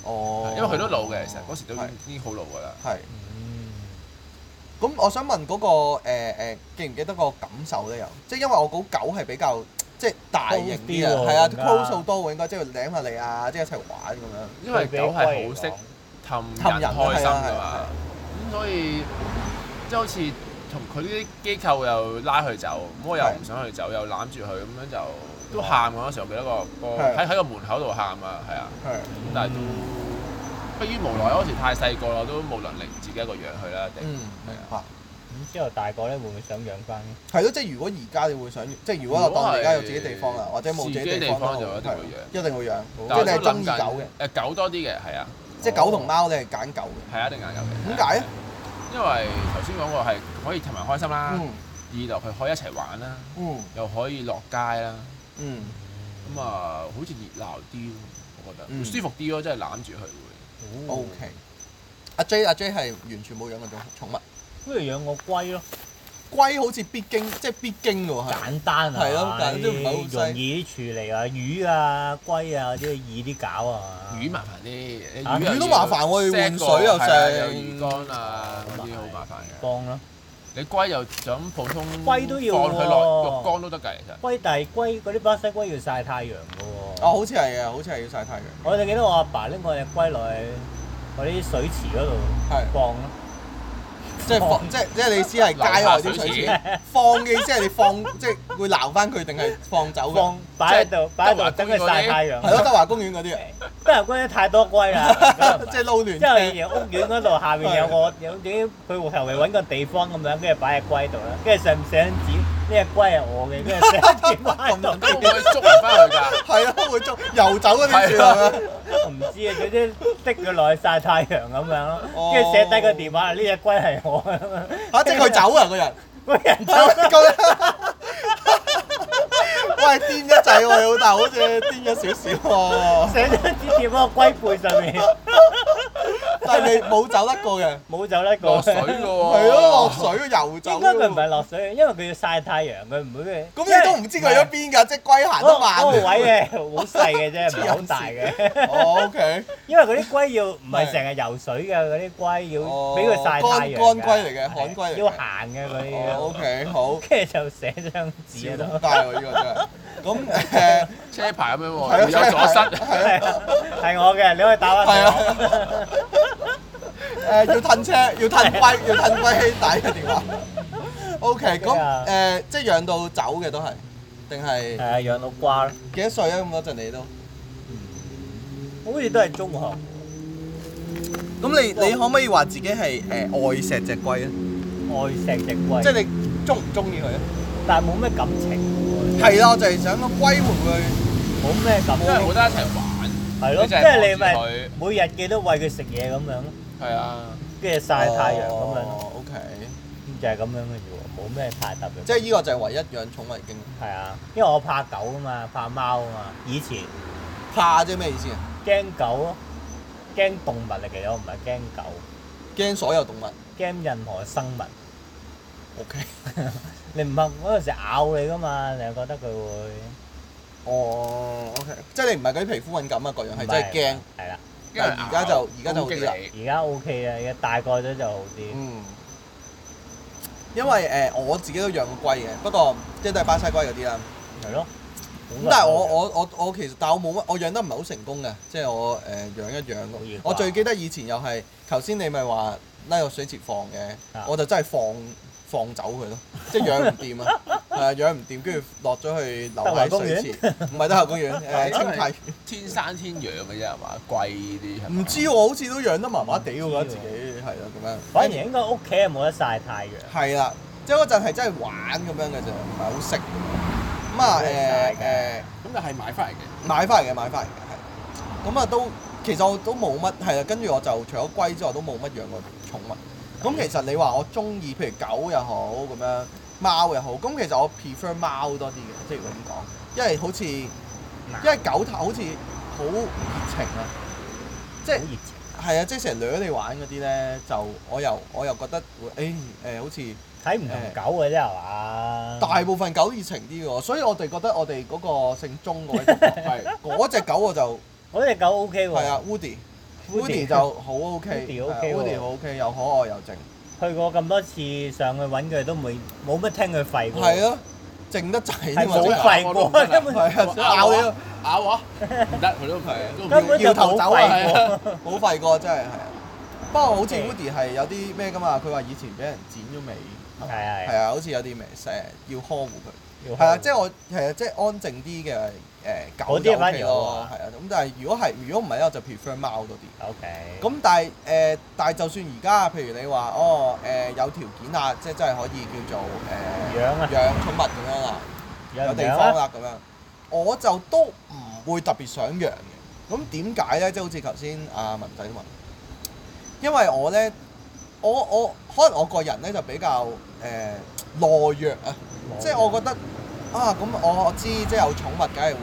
Speaker 3: 哦，
Speaker 2: 因為佢都老嘅，其實嗰時都已
Speaker 3: 係
Speaker 2: 經已經好老㗎啦。
Speaker 3: 係。
Speaker 1: 嗯。
Speaker 3: 咁我想問嗰、個誒、呃、記唔記得個感受咧？又即係因為我估狗係比較即係大型
Speaker 1: Close 啲
Speaker 3: 啲啊，
Speaker 1: 喎
Speaker 3: 係啊
Speaker 1: 更加
Speaker 3: ，close 好多喎，應該即係舐下你啊，即係一齊玩咁樣。
Speaker 2: 因為狗係好識氹人開心㗎
Speaker 3: 氹人啊係
Speaker 2: 嘛
Speaker 3: 啊，
Speaker 2: 咁所以即係好似同佢呢啲機構又拉佢走，咁我又唔想佢走，又攬住佢，咁樣就都喊嗰陣時候，我記得個個
Speaker 3: 係嗯
Speaker 2: 喺喺個門口度喊啊，係啊，
Speaker 3: 係
Speaker 1: 嗯
Speaker 2: 咁但係都迫於無奈，嗰時太細個啦，都冇能力自己一個養佢啦，一定
Speaker 3: 嗯
Speaker 2: 係啊
Speaker 3: 嚇。
Speaker 1: 咁嗯之後大個咧會唔會想養翻咧？
Speaker 3: 係咯，即係如果而家你會想，即係如果我當而家有自己地方啦，或者冇自己地方
Speaker 2: 自己地方就
Speaker 3: 啦
Speaker 2: 一定會
Speaker 3: 係
Speaker 2: 養
Speaker 3: 一定會養。即
Speaker 2: 但
Speaker 3: 係
Speaker 2: 我
Speaker 3: 你
Speaker 2: 都
Speaker 3: 係中
Speaker 2: 諗
Speaker 3: 意
Speaker 2: 緊
Speaker 3: 狗嘅，
Speaker 2: 誒狗多啲嘅，係啊，
Speaker 3: 即係狗同貓你係揀狗嘅。
Speaker 2: 係啊，一定眼狗嘅。
Speaker 3: 點解咧？
Speaker 2: 因為頭先講過係可以氹人開心啦，
Speaker 3: 嗯
Speaker 2: 二來佢可以一齊玩啦，
Speaker 3: 嗯
Speaker 2: 又可以落街啦。
Speaker 3: 嗯，
Speaker 2: 咁啊，好似熱鬧啲咯，我覺得、
Speaker 3: 嗯
Speaker 2: 舒服啲咯，真係攬住佢會。
Speaker 3: O K。阿 J 阿 J 係完全冇養過種寵物，
Speaker 1: 不如養個龜咯，
Speaker 3: 龜好似必經，即係必經嘅喎，係
Speaker 1: 簡單啊，哎
Speaker 3: 係咯但係都唔係好犀
Speaker 1: 容易啲處理啊，魚啊、龜啊嗰啲易啲搞啊。
Speaker 2: 魚麻煩啲，你
Speaker 1: 啊
Speaker 2: 又
Speaker 3: 魚都
Speaker 2: 要
Speaker 3: 麻煩喎要換水又
Speaker 2: 係啊有
Speaker 3: 剩
Speaker 2: 魚缸啊嗰啲好麻煩嘅。
Speaker 1: 缸咯，
Speaker 2: 你龜又就咁普通
Speaker 1: 龜都要
Speaker 2: 放佢落
Speaker 1: 喎
Speaker 2: 浴缸都得㗎，其實。
Speaker 3: <laughs>
Speaker 1: 龜但係龜嗰啲巴西龜要曬太陽嘅喎。
Speaker 3: 哦，好似係嘅，好似係要曬太陽。
Speaker 1: 我哋記得我阿爸拎我只龜落去嗰啲水池嗰度
Speaker 3: 係，
Speaker 1: 放咯，
Speaker 3: 即係放，即係即係你意思係街外啲水池放嘅意思係你放， <laughs> 即係會鬧翻佢定係放走嘅？
Speaker 1: 放擺喺度，擺喺
Speaker 2: 德華
Speaker 1: 度等佢曬太陽。
Speaker 3: 係咯，德華公園嗰啲啊，
Speaker 1: 不過嗰啲太多龜啦，咁又唔係啊
Speaker 3: <laughs> 即係撈亂
Speaker 1: 之後以
Speaker 3: 車。
Speaker 1: 前屋苑嗰度下面有個有啲，佢後嚟揾個地方咁樣，跟住擺隻龜度啦，跟住上面寫張紙，呢只龜係啊我嘅，跟住寫張紙 <laughs> 擺喺
Speaker 2: 咁會
Speaker 1: 度，
Speaker 2: 唔會捉唔翻佢
Speaker 3: <laughs>
Speaker 2: 㗎？
Speaker 3: 係咯，會捉游走嗰啲樹係啊咪？
Speaker 1: 我唔知啊，總之滴佢落去曬太陽咁樣
Speaker 3: 哦
Speaker 1: 咯，跟住寫低個電話，呢只龜係我咁樣，
Speaker 3: <laughs> 嚇！即係佢走啊，個人。
Speaker 1: 嗰人走啦，
Speaker 3: 咁喂，癲得滯喎，你老豆好似癲咗少
Speaker 1: <laughs>
Speaker 3: 少喎，
Speaker 1: 寫張紙貼喺個龜背上面，
Speaker 3: 但係你冇走得過嘅，
Speaker 1: 冇走甩
Speaker 2: 落
Speaker 1: 過。
Speaker 2: 水㗎喎。
Speaker 3: 係咯，落水游走。
Speaker 1: 應該佢唔係。落水，因為佢要曬太陽，佢唔會咩。
Speaker 3: 咁你都唔知佢喺邊㗎，即係龜行得慢。 <laughs>
Speaker 1: 嗰個位嘅好細嘅啫，唔係好大嘅。
Speaker 3: 哦，OK。
Speaker 1: 因為嗰啲龜要唔係成日游水嘅，嗰啲龜要
Speaker 3: 哦
Speaker 1: 俾佢曬太陽㗎。
Speaker 3: 乾乾龜嚟嘅旱龜嚟嘅
Speaker 1: 要行嘅嗰
Speaker 3: 哦
Speaker 1: <laughs> 啲。啊
Speaker 3: ，OK，好。
Speaker 1: 跟住就寫張紙喺
Speaker 3: 笑
Speaker 1: 度
Speaker 3: 得，大喎，呢個真係。咁誒。
Speaker 2: 車牌咁樣
Speaker 3: 係啊
Speaker 2: 喎，有左塞。
Speaker 1: 係
Speaker 3: <laughs>
Speaker 1: 啊係我嘅，你可以打
Speaker 3: 係
Speaker 1: 翻
Speaker 3: 啊
Speaker 1: 我。，
Speaker 3: 誒要褪車，要褪
Speaker 1: <laughs>
Speaker 3: 龜，要褪龜兄弟嘅電話。O K，
Speaker 1: 咩
Speaker 3: 咁
Speaker 1: 啊
Speaker 3: 誒即係養到走嘅都係，定係
Speaker 1: 誒，啊養到瓜啦，
Speaker 3: 幾多歲啊？咁嗰陣你都，
Speaker 1: 好似都係中學。
Speaker 3: 咁你你可唔可以話自己係誒愛錫只龜咧？
Speaker 1: 愛錫只龜，
Speaker 3: 即係你中唔中意佢咧？
Speaker 1: 但係冇咩感情，
Speaker 3: 係啦，我就係想個龜會唔會
Speaker 1: 冇咩感
Speaker 2: 因為冇
Speaker 1: 情，
Speaker 2: 得一齊玩，
Speaker 1: 係咯，
Speaker 2: 你
Speaker 1: 即
Speaker 2: 就係
Speaker 1: 係你
Speaker 2: 望
Speaker 1: 咪每日記得餵佢食嘢咁樣咯，
Speaker 2: 係啊，
Speaker 1: 跟住
Speaker 3: 哦
Speaker 1: 曬太陽咁樣咯。
Speaker 3: O K，
Speaker 1: 就係咁樣嘅啫喎，冇咩太特別。
Speaker 3: 即係呢個就係唯一養寵物經
Speaker 1: 係啊，因為我怕狗啊嘛，怕貓啊嘛。以前
Speaker 3: 怕啫咩意思啊？
Speaker 1: 驚狗咯，驚動物嚟嘅，我唔係驚狗，
Speaker 3: 驚所有動物。
Speaker 1: 驚任何生物。
Speaker 3: O K，
Speaker 1: 你唔怕嗰陣時咬你噶嘛？你又覺得佢會
Speaker 3: 哦，O K，即係你唔係嗰啲皮膚敏感啊，各樣係
Speaker 1: 唔
Speaker 3: 真係驚。。
Speaker 1: 係啦，
Speaker 2: 因為
Speaker 3: 但係而家就而家就好啲啦
Speaker 2: 攻擊你
Speaker 1: 而家 OK 啦，而家大個咗就好啲。
Speaker 3: 嗯，因為誒、呃我自己都養過龜嘅，不過即係都係巴西龜嗰啲啦。
Speaker 1: 係咯。啊
Speaker 3: 咁但係我我我我其實但我冇乜，我養得唔係好成功嘅，即係我誒、呃、養一養
Speaker 1: 好易掛
Speaker 3: 我最記得以前又係頭先你咪話拉個水池放嘅，
Speaker 1: 啊
Speaker 3: 我就真係放放走佢咯，即係養唔掂啊，係啊養唔掂，跟住落咗去留
Speaker 1: 德華
Speaker 3: 喺
Speaker 1: 公
Speaker 3: 水
Speaker 1: 園
Speaker 3: 池，唔係德華
Speaker 1: <laughs>
Speaker 3: 公園誒、
Speaker 2: 係
Speaker 3: 呃、
Speaker 2: 因為
Speaker 3: 清泰園。
Speaker 2: 天生天養嘅啫係嘛？貴啲係嘛
Speaker 3: 唔知喎，好似都養得麻麻地喎，
Speaker 1: 唔知
Speaker 3: 覺得
Speaker 1: 喎
Speaker 3: 自己係啦咁樣。
Speaker 1: 反而應該屋企係冇得曬太陽。
Speaker 3: 係啦，即係嗰陣係真係玩咁樣嘅啫，唔係好識咁啊
Speaker 1: 冇
Speaker 3: 誒
Speaker 1: 晒㗎
Speaker 3: 誒
Speaker 2: 咁但係買翻嚟嘅，
Speaker 3: 買翻嚟嘅買翻嚟嘅係，咁啊都其實我都冇乜係啦，跟住我就除咗龜之外都冇乜養過寵物。咁其實你話我中意譬如狗又好咁樣，貓又好，咁其實我 prefer 貓多啲嘅，即係如果咁講，因為好似因為狗頭好似好熱情啊，即
Speaker 1: 好
Speaker 3: 係
Speaker 1: 熱情。
Speaker 3: 係啊，即係成日掠你玩嗰啲咧，就我又我又覺得會誒誒好似。
Speaker 1: 睇唔同狗嘅啫係嘛？
Speaker 3: 大部分狗熱情啲嘅喎，所以我哋覺得我哋嗰個姓鐘嗰位同學係嗰只狗我就
Speaker 1: 嗰只狗 O K
Speaker 3: 係
Speaker 1: 喎，
Speaker 3: 啊，Woody。
Speaker 1: Woody
Speaker 3: Woody 就好 OK，
Speaker 1: Woody OK
Speaker 3: 係啊
Speaker 1: 喎
Speaker 3: Woody 好 OK，又可愛又靜，
Speaker 1: <laughs> 去過咁多次上去揾佢都冇冇乜聽佢吠過。
Speaker 3: 係，啊，靜得滯
Speaker 1: 係
Speaker 3: 添啊，
Speaker 1: 冇
Speaker 3: 真係
Speaker 1: 吠過，根本
Speaker 3: 係啊，咬你咯，
Speaker 2: 咬我，唔得，佢都唔係，都唔
Speaker 1: 根本就
Speaker 3: 搖頭
Speaker 1: 冇
Speaker 3: 走
Speaker 1: 吠過。
Speaker 3: 啊，冇吠過真係係啊。不過好似
Speaker 1: OK
Speaker 3: Woody 係有啲咩㗎嘛，佢話以前俾人剪咗尾，係嘛
Speaker 1: 係啊係啊
Speaker 3: 係啊，好似有啲咩成日要呵護佢。
Speaker 1: 要
Speaker 3: 係啊，
Speaker 1: 開
Speaker 3: 即係我係啊，即係安靜啲嘅誒狗
Speaker 1: 嗰啲
Speaker 3: 就
Speaker 1: 反
Speaker 3: OK
Speaker 1: 而好
Speaker 3: 咯
Speaker 1: 啊，
Speaker 3: 係啊。咁但係如果係如果唔係咧，我就 prefer 貓多啲。
Speaker 1: O K。
Speaker 3: 咁但係誒、呃但係就算而家譬如你話哦誒、呃有條件啊，即係真係可以叫做誒、呃、
Speaker 1: 養啊
Speaker 3: 養寵物咁樣啦，
Speaker 1: 有
Speaker 3: 有
Speaker 1: 唔
Speaker 3: 地
Speaker 1: 有
Speaker 3: 方
Speaker 1: 啊？
Speaker 3: 啦咁樣，我就都唔會特別想養嘅。咁點解咧？即係好似頭先阿文仔問，因為我咧，我我可能我個人咧就比較誒、呃、懦弱啊。即係我覺得啊，咁我知即係有寵物，梗係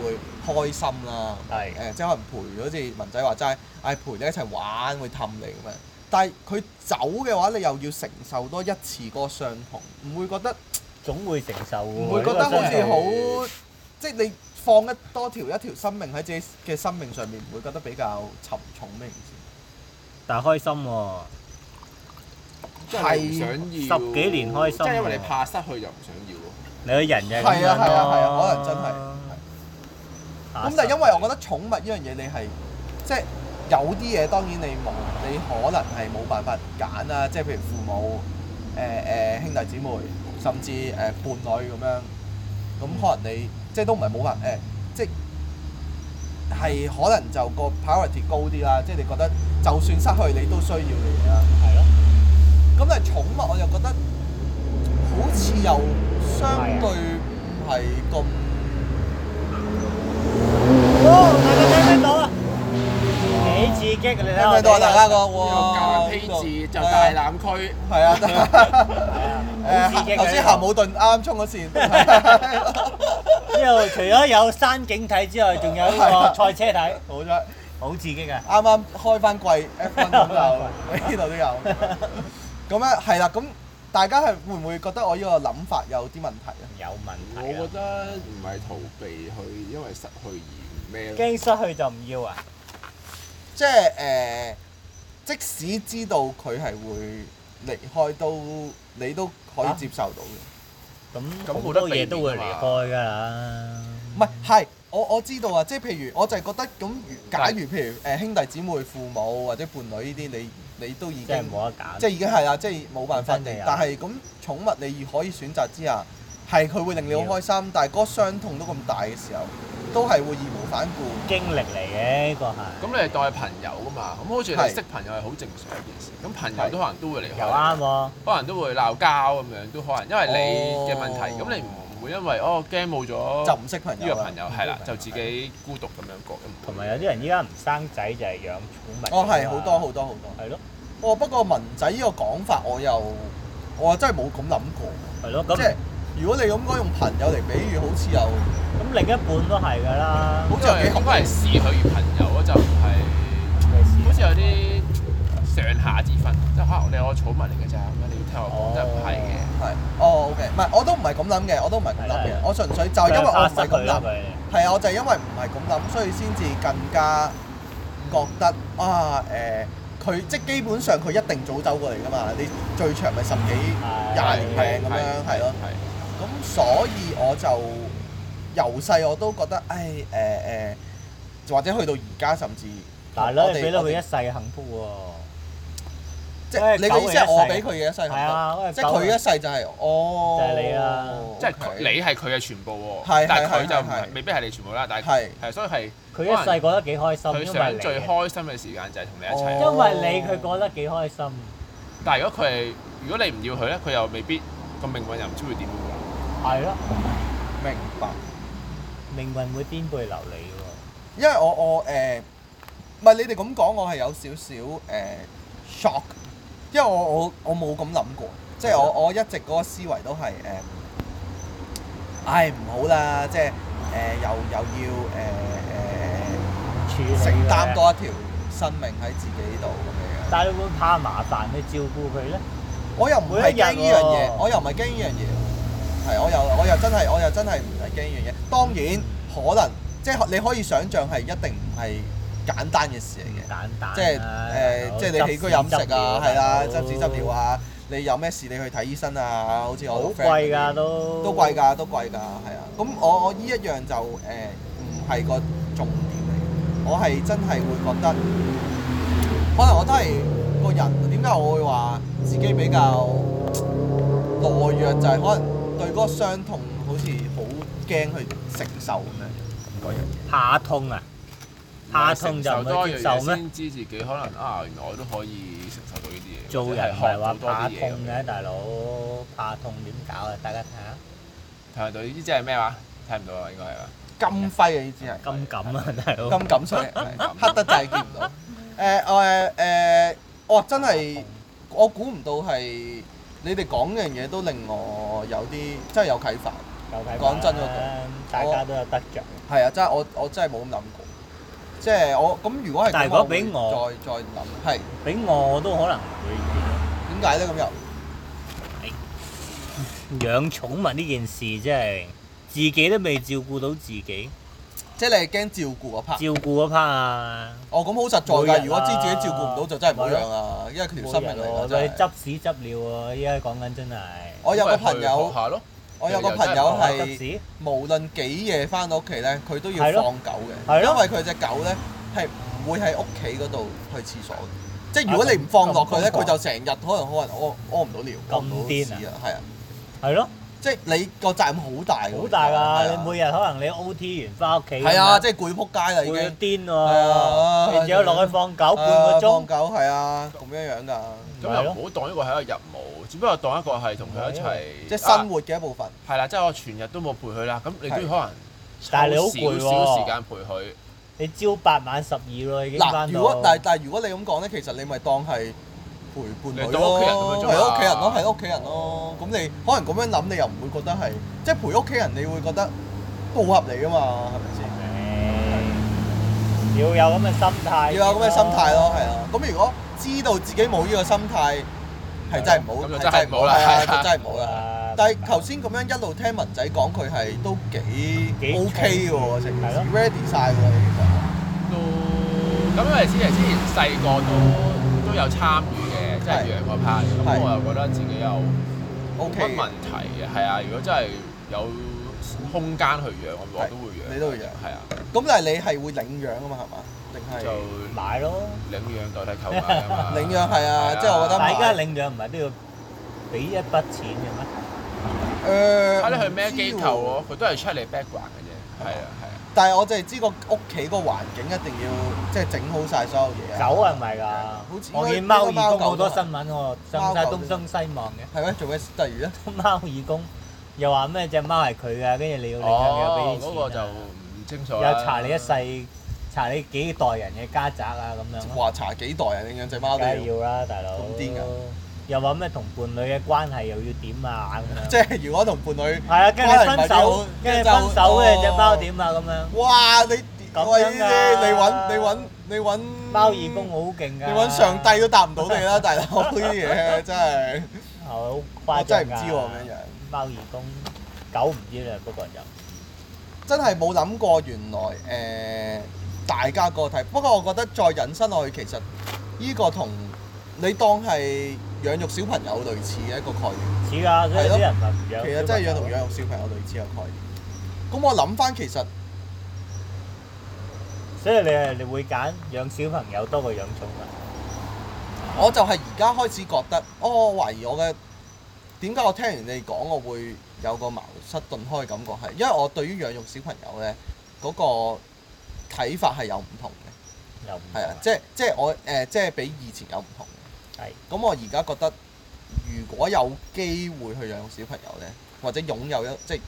Speaker 3: 會開心啦。
Speaker 1: 係
Speaker 3: 誒、即係可能陪，好似文仔話齋，唉、陪你一齊玩，會氹你咁樣。但係佢走嘅話，你又要承受多一次嗰個傷痛，唔會覺得
Speaker 1: 總會承受喎。
Speaker 3: 唔會覺得好
Speaker 1: 哦呢個真
Speaker 3: 似
Speaker 1: 係
Speaker 3: 好，即係你放一多條一條生命喺自己嘅生命上面，唔會覺得比較沉重咩件事？
Speaker 1: 但係開心喎。
Speaker 2: 即係你唔想要。
Speaker 1: 十幾年開心啊
Speaker 2: 即係因為
Speaker 1: 喎
Speaker 2: 你怕失去就唔想要咯。
Speaker 1: 你個人就係咁樣
Speaker 3: 係啊係啊係
Speaker 1: 咯
Speaker 3: 啊可能真係係
Speaker 1: À,
Speaker 2: 啊
Speaker 3: 咁但係因為我覺得寵物呢樣嘢你係即係有啲嘢當然你冇，你可能係冇辦法揀啦，即係譬如父母、誒、誒兄弟姊妹，甚至誒、伴侶咁樣，咁可能你即係都唔係冇辦誒、即係係可能就個 priority 高啲啦，即係你覺得就算失去你都需要嘅嘢啦。
Speaker 1: 係咯，
Speaker 3: 咁但係寵物我又覺得好似又相對唔係咁。
Speaker 1: 哦，大家聽唔聽到啊？幾刺激啊！你睇
Speaker 3: 聽唔
Speaker 1: 我哋
Speaker 3: 聽到啊？大家個
Speaker 2: 有隔
Speaker 3: 喎，
Speaker 2: 批字就大
Speaker 3: 係啊
Speaker 2: 攬區，
Speaker 3: 係啊，
Speaker 1: <laughs> 好刺激
Speaker 3: 誒
Speaker 1: 啊
Speaker 3: 頭先鹹
Speaker 1: <laughs>
Speaker 3: 武頓啱衝咗線，
Speaker 1: 呢度除咗有山景睇之外，仲有呢
Speaker 3: 係啊
Speaker 1: 個賽車睇，
Speaker 3: 冇咗。
Speaker 1: 好刺激啊！
Speaker 3: 啱啱開翻季
Speaker 1: <laughs>
Speaker 3: F1 咁就呢度都有。咁咧係啦，咁大家係會唔會覺得我呢個諗法有啲問題啊？
Speaker 1: 有問題
Speaker 2: 我覺
Speaker 1: 啊！
Speaker 2: 得唔係逃避去，因為失去而唔咩咯。
Speaker 1: 驚失去就唔要啊！
Speaker 3: 即係誒，即使知道佢係會離開，都你都可
Speaker 1: 啊
Speaker 3: 以接受到嘅。
Speaker 1: 咁
Speaker 2: 咁
Speaker 1: 好
Speaker 2: 冇得
Speaker 1: 多嘢
Speaker 2: 避免㗎嘛
Speaker 1: 都會離開㗎啦。
Speaker 3: 唔係，係我我知道啊，即係譬如我就係覺得咁，如假如譬如誒、兄弟姊妹、父母或者伴侶呢啲，你你都已
Speaker 1: 即係
Speaker 3: 經
Speaker 1: 冇得揀。
Speaker 3: 即係已經係啦，即係冇辦法
Speaker 1: 真係
Speaker 3: 嘅
Speaker 1: 有。
Speaker 3: 但係咁寵物你可以選擇之下，係佢會令你好開心，但係嗰個傷痛都咁大嘅時候，都係會義無反顧。
Speaker 1: 經歷嚟嘅呢個係。
Speaker 2: 咁你係當係朋友噶嘛？咁好似
Speaker 3: 係
Speaker 2: 你識朋友係好正常一件事。咁朋友
Speaker 3: 係
Speaker 2: 都可能都會離
Speaker 1: 又
Speaker 2: 開
Speaker 1: 啱，喎，
Speaker 2: 可能都會鬧交咁樣，都可能因為你嘅問題。
Speaker 3: 哦
Speaker 2: 咁你唔會因為哦驚冇咗
Speaker 3: 就唔識朋
Speaker 2: 呢
Speaker 3: 友
Speaker 2: 個
Speaker 3: 啦
Speaker 2: 朋友係啦
Speaker 3: 唔識朋友，
Speaker 2: 就自己孤獨咁樣過。
Speaker 1: 同埋有啲人依家唔生仔就係養寵物。
Speaker 3: 哦，係好多好。多好多。
Speaker 1: 係咯，
Speaker 3: 哦，不過文仔呢個講法我又我真係冇咁諗過。
Speaker 1: 係咯，咁
Speaker 3: 即係如果你咁講用朋友嚟比喻，好似又好
Speaker 1: 咁另一半都係㗎啦。
Speaker 3: 似又幾
Speaker 2: 應該係視佢與朋友咯，就唔係
Speaker 1: 咩事啊
Speaker 2: 好似有啲上下之分，即係可能你係我寵物嚟嘅咋，咁你要聽
Speaker 3: 哦
Speaker 2: 我講，真係唔係嘅。
Speaker 3: 係哦，OK，唔係我都唔係咁諗嘅，我都唔係咁諗
Speaker 1: 係啦
Speaker 3: 嘅，我純粹
Speaker 1: Ờ,
Speaker 3: 就係因為我唔係
Speaker 1: 想
Speaker 3: 咁
Speaker 1: 佢啦
Speaker 3: 諗，
Speaker 1: 佢。
Speaker 3: 係啊，我就係因為唔係咁諗，所以先至更加覺得啊誒，佢、即係基本上佢一定早走過嚟㗎嘛，你最長咪十幾
Speaker 1: 係
Speaker 2: Dạ,
Speaker 3: 廿年命咁樣係咯，
Speaker 2: 係。
Speaker 3: 咁所以我就由細我都覺得，唉誒誒，或者去到而家甚至
Speaker 1: 但係咧，
Speaker 3: 我
Speaker 1: 你
Speaker 3: 哋
Speaker 1: 俾到佢一
Speaker 3: 我哋
Speaker 1: 世幸福
Speaker 3: 即係你嘅意思係我俾佢嘅一世
Speaker 1: 喎。
Speaker 3: 幸
Speaker 1: 係
Speaker 3: 福，
Speaker 1: 啊，因為
Speaker 3: 即係佢一世就係哦，
Speaker 1: 就係你啊啦
Speaker 2: 即係
Speaker 3: OK
Speaker 2: 佢你係佢嘅全部
Speaker 3: 係
Speaker 2: 喎
Speaker 3: 係，
Speaker 2: 但係佢就唔
Speaker 3: 係係係
Speaker 2: 係未必係你全部啦，但係
Speaker 3: 係
Speaker 2: 係所以係
Speaker 1: 佢一世過得幾開心，
Speaker 2: 佢
Speaker 1: 因為
Speaker 2: 想
Speaker 1: 你。
Speaker 2: 最開心嘅時間就係同你一齊
Speaker 3: 哦
Speaker 2: 咯。
Speaker 1: 因為你佢過得幾開心，
Speaker 2: 但係如果佢係如果你唔要佢咧，佢又未必個命運又唔知會點㗎。
Speaker 1: 係咯，
Speaker 3: 明白。
Speaker 1: 命運會顛沛流離
Speaker 3: 因為我我誒，呃唔、係你哋咁講，我係有少少誒 shock，因為我我我冇咁諗過，即係
Speaker 1: 啊
Speaker 3: 我我一直嗰個思維都係誒、呃唉唔好啦，即係誒、呃又又要誒誒、呃
Speaker 1: 喎，處理
Speaker 3: 承擔
Speaker 1: 嘅
Speaker 3: 多一條生命喺自己度咁樣。
Speaker 1: 但係你會怕麻煩去照顧佢咧？
Speaker 3: 我又唔係
Speaker 1: 每
Speaker 3: 驚呢樣
Speaker 1: 一日
Speaker 3: 嘢
Speaker 1: 喎，
Speaker 3: 我又唔係驚呢樣嘢。係，我又我又真係我又真係唔係驚呢樣嘢。當然可能即係你可以想像係一定唔係簡單嘅事嚟嘅。
Speaker 1: 簡單啊
Speaker 3: 即係
Speaker 1: 大佬
Speaker 3: 誒，即係你起居飲食啊，係啦，執屎執尿，啊，你有咩事你去睇醫生啊，好似
Speaker 1: 好
Speaker 3: 我個 friend
Speaker 1: 貴
Speaker 3: 咁樣
Speaker 1: 㗎都，
Speaker 3: 都貴㗎，都貴㗎，係啊。咁我我依一樣就誒唔係個重點嚟，我係真係會覺得，可能我都係個人點解我會話自己比較懦弱，就係、可能對嗰個傷痛好似好驚去承受咁樣嗰樣嘢。
Speaker 1: 怕痛啊，怕痛就唔
Speaker 2: 多
Speaker 1: 去接受咩？
Speaker 2: 先知自己可能啊，原來我都可以承受到呢啲嘢。
Speaker 1: 做
Speaker 2: 或者
Speaker 1: 人
Speaker 2: 係
Speaker 1: 唔
Speaker 2: 學
Speaker 1: 係
Speaker 2: 到
Speaker 1: 話
Speaker 2: 多
Speaker 1: 怕
Speaker 2: 啲
Speaker 1: 痛
Speaker 2: 嘢咁樣。
Speaker 1: 嘅，大佬怕痛點搞啊？大家睇下。
Speaker 2: 睇唔到呢啲即係咩話？睇唔到啊，應該係嘛？
Speaker 3: 金輝啊，呢支係。
Speaker 1: 咁咁啊，大佬。
Speaker 3: 咁感傷，黑得滯見唔到。誒誒誒，我真係我估唔到係你哋講呢樣嘢都令我有啲真係有啟發。
Speaker 1: 有睇
Speaker 3: 講真嗰
Speaker 1: 法啦大
Speaker 3: 句
Speaker 1: 家都有得着。
Speaker 3: 係啊，真係我我真係冇咁諗過。即係我咁，如果係咁
Speaker 1: 但係如果俾
Speaker 3: 會
Speaker 1: 我
Speaker 3: 再再諗，係
Speaker 1: 俾我我都可能唔會
Speaker 3: 點解咧？咁又
Speaker 1: 養寵物呢件事，真係自己都未照顧到自己，
Speaker 3: 即係你係驚照顧嗰 part。
Speaker 1: 照顧嗰 part 啊。
Speaker 3: 哦，咁好實在
Speaker 1: 每日啊
Speaker 3: 㗎。如果知自己照顧唔到，就真係唔好養啊，因為佢條生命嚟
Speaker 1: 我哋
Speaker 3: 㗎真係。
Speaker 1: 執屎執尿喎，依家講緊真係。
Speaker 3: 我有個
Speaker 2: 咁咪
Speaker 3: 朋
Speaker 2: 去學
Speaker 3: 友，
Speaker 2: 下咯，
Speaker 3: 我有個朋友
Speaker 1: 講下
Speaker 3: 係
Speaker 1: 執。屎，
Speaker 3: 無論幾夜翻到屋企咧，佢都要
Speaker 1: 係咯
Speaker 3: 放狗嘅，
Speaker 1: 係
Speaker 3: 因
Speaker 1: 咯
Speaker 3: 為佢只狗咧係唔會喺屋企嗰度去廁所嘅。即係如果你唔放落佢咧，
Speaker 1: 啊咁咁
Speaker 3: 佢就成日可能可能屙屙唔到尿，
Speaker 1: 咁
Speaker 3: 屙唔到
Speaker 1: 癲啊
Speaker 3: 屎啊，係啊！
Speaker 1: 係咯，
Speaker 3: 即係你個責任好大㗎，
Speaker 1: 好大
Speaker 3: 係
Speaker 1: 㗎！
Speaker 3: 啊
Speaker 1: 你每日可能你 OT 完翻屋企，
Speaker 3: 係啊，即係攰撲街啦已
Speaker 1: 會
Speaker 3: 經。
Speaker 1: 癲
Speaker 3: 啊
Speaker 1: 喎，你只有落去放狗半個
Speaker 3: 啊放
Speaker 1: 鐘，嗯
Speaker 3: 狗係啊，咁樣樣㗎，
Speaker 2: 咁
Speaker 1: 係
Speaker 2: 又
Speaker 1: 咯
Speaker 2: 唔好當呢個係一個任務，只不過當一個係同佢一齊。
Speaker 3: 即係
Speaker 2: 啊
Speaker 3: 生活嘅一部分。
Speaker 2: 係啦，即係我全日都冇陪佢啦，咁你都
Speaker 3: 係
Speaker 2: 可能
Speaker 1: 但係你好攰
Speaker 2: 抽少少時
Speaker 1: 喎，
Speaker 2: 間陪佢，
Speaker 1: 你朝八晚十二咯已經
Speaker 3: 嗱，
Speaker 1: 翻
Speaker 3: 如果但係
Speaker 1: 到。
Speaker 3: 但係如果你咁講咧，其實你咪當係陪伴佢
Speaker 2: 你當屋企人咁樣，
Speaker 3: 咯
Speaker 2: 啫嘛啊
Speaker 3: 係屋企人咯，係屋企人咯。咁你可能咁樣諗，你又唔會覺得係即係陪屋企人，你會覺得都好合理噶嘛，係咪先？
Speaker 1: 誒要有咁嘅心態，
Speaker 3: 要有咁嘅心態咯，係啊。咁如果知道自己冇呢個心態，係真係唔
Speaker 2: 咁
Speaker 3: 好，
Speaker 2: 就
Speaker 3: 係
Speaker 2: 真係唔好啦
Speaker 3: 係啊
Speaker 2: 係啊
Speaker 3: 就真係唔好啦。
Speaker 1: À,
Speaker 3: 但係頭先咁樣一路聽文仔講，佢係都幾
Speaker 1: 幾
Speaker 3: OK 嘅喎，成件
Speaker 1: 係
Speaker 3: 事
Speaker 1: 咯
Speaker 3: ready 晒喎，其實。
Speaker 2: 都咁因為之前之前細個都都有參與嘅，即係
Speaker 3: 係
Speaker 2: 養嗰 part，咁
Speaker 3: 係
Speaker 2: 我又覺得自己有冇
Speaker 3: OK
Speaker 2: 乜問題嘅，係啊，如果真係有空間去養，我我
Speaker 3: 係
Speaker 2: 都會養，
Speaker 3: 你都會養
Speaker 2: 係啊，
Speaker 3: 咁但係你係會領養啊嘛，係嘛？定
Speaker 2: 就
Speaker 3: 係？
Speaker 1: 買咯。
Speaker 2: 領養代替購買啊嘛，
Speaker 3: <laughs> 領養係啊，即係我覺得
Speaker 1: 但係
Speaker 3: 買
Speaker 1: 而家領養唔係都要俾一筆錢嘅咩？
Speaker 3: 誒，
Speaker 1: 啊
Speaker 2: 睇你去咩機構
Speaker 3: 呃唔知喎
Speaker 2: 咯，佢都係 check 你 background 嘅啫，係啊係啊，
Speaker 3: 但係我就係知個屋企個環境一定要即係整好晒所有嘢啊。
Speaker 1: 狗係咪㗎
Speaker 3: 好似？
Speaker 1: 我見
Speaker 3: 應該
Speaker 1: 貓義工好多
Speaker 3: 貓狗都係
Speaker 1: 新聞喎，上晒東中西望嘅。
Speaker 3: 係咩？做咩？例如咧，
Speaker 1: 貓義工又話咩隻貓係佢㗎，跟住你要領養
Speaker 2: 哦嗰個
Speaker 1: 又俾啲
Speaker 2: 就
Speaker 1: 錢啊
Speaker 2: 唔清楚啦
Speaker 3: 啊
Speaker 1: 又查你一世，查你幾代人嘅家宅啊咁樣咯。
Speaker 3: 話查幾代啊人領養隻貓
Speaker 1: 梗
Speaker 3: 都
Speaker 1: 係
Speaker 3: 要，
Speaker 1: 要啦，大佬。
Speaker 3: 咁癲㗎！
Speaker 1: 又話咩同伴侶嘅關係又要點啊咁樣。
Speaker 3: 即係如果同伴侶，
Speaker 1: 係啊，跟住分手，跟住分手
Speaker 3: 嘅
Speaker 1: 跟住隻貓？點啊咁樣。
Speaker 3: 哇！你
Speaker 1: 咁
Speaker 3: 喂
Speaker 1: 樣
Speaker 3: 呢
Speaker 1: 㗎
Speaker 3: 啲，你揾你揾你揾
Speaker 1: 貓義工，好勁
Speaker 3: 你
Speaker 1: 㗎。
Speaker 3: 揾上帝都答唔到你啦，大佬呢啲嘢真係，
Speaker 1: 係好
Speaker 3: 我
Speaker 1: 誇張
Speaker 3: 真係
Speaker 1: 㗎。
Speaker 3: 唔知喎咁樣樣。
Speaker 1: 貓義工，狗唔知啦，不過就
Speaker 3: 真係冇諗過原來誒、呃大家個睇，不過我覺得再引申落去，其實呢個同你當係養育小朋友類似嘅一個概念，
Speaker 1: 似㗎，所以
Speaker 3: 係咯
Speaker 1: 啲人咪唔養。
Speaker 3: 其實真係養同養育小朋友類似嘅概念。咁我諗翻其實
Speaker 1: 所以你係你會揀養小朋友多過養寵物，
Speaker 3: 我就係而家開始覺得，哦，我懷疑我嘅點解我聽完你講，我會有個茅塞頓開嘅感覺係，因為我對於養育小朋友呢嗰、個睇法係有唔同嘅。
Speaker 1: 又唔
Speaker 3: 係啊，
Speaker 1: 同
Speaker 3: 即係即係我誒、呃即係比以前有唔同嘅。
Speaker 1: 係
Speaker 3: 咁我而家覺得，如果有機會去養小朋友咧，或者擁有一即係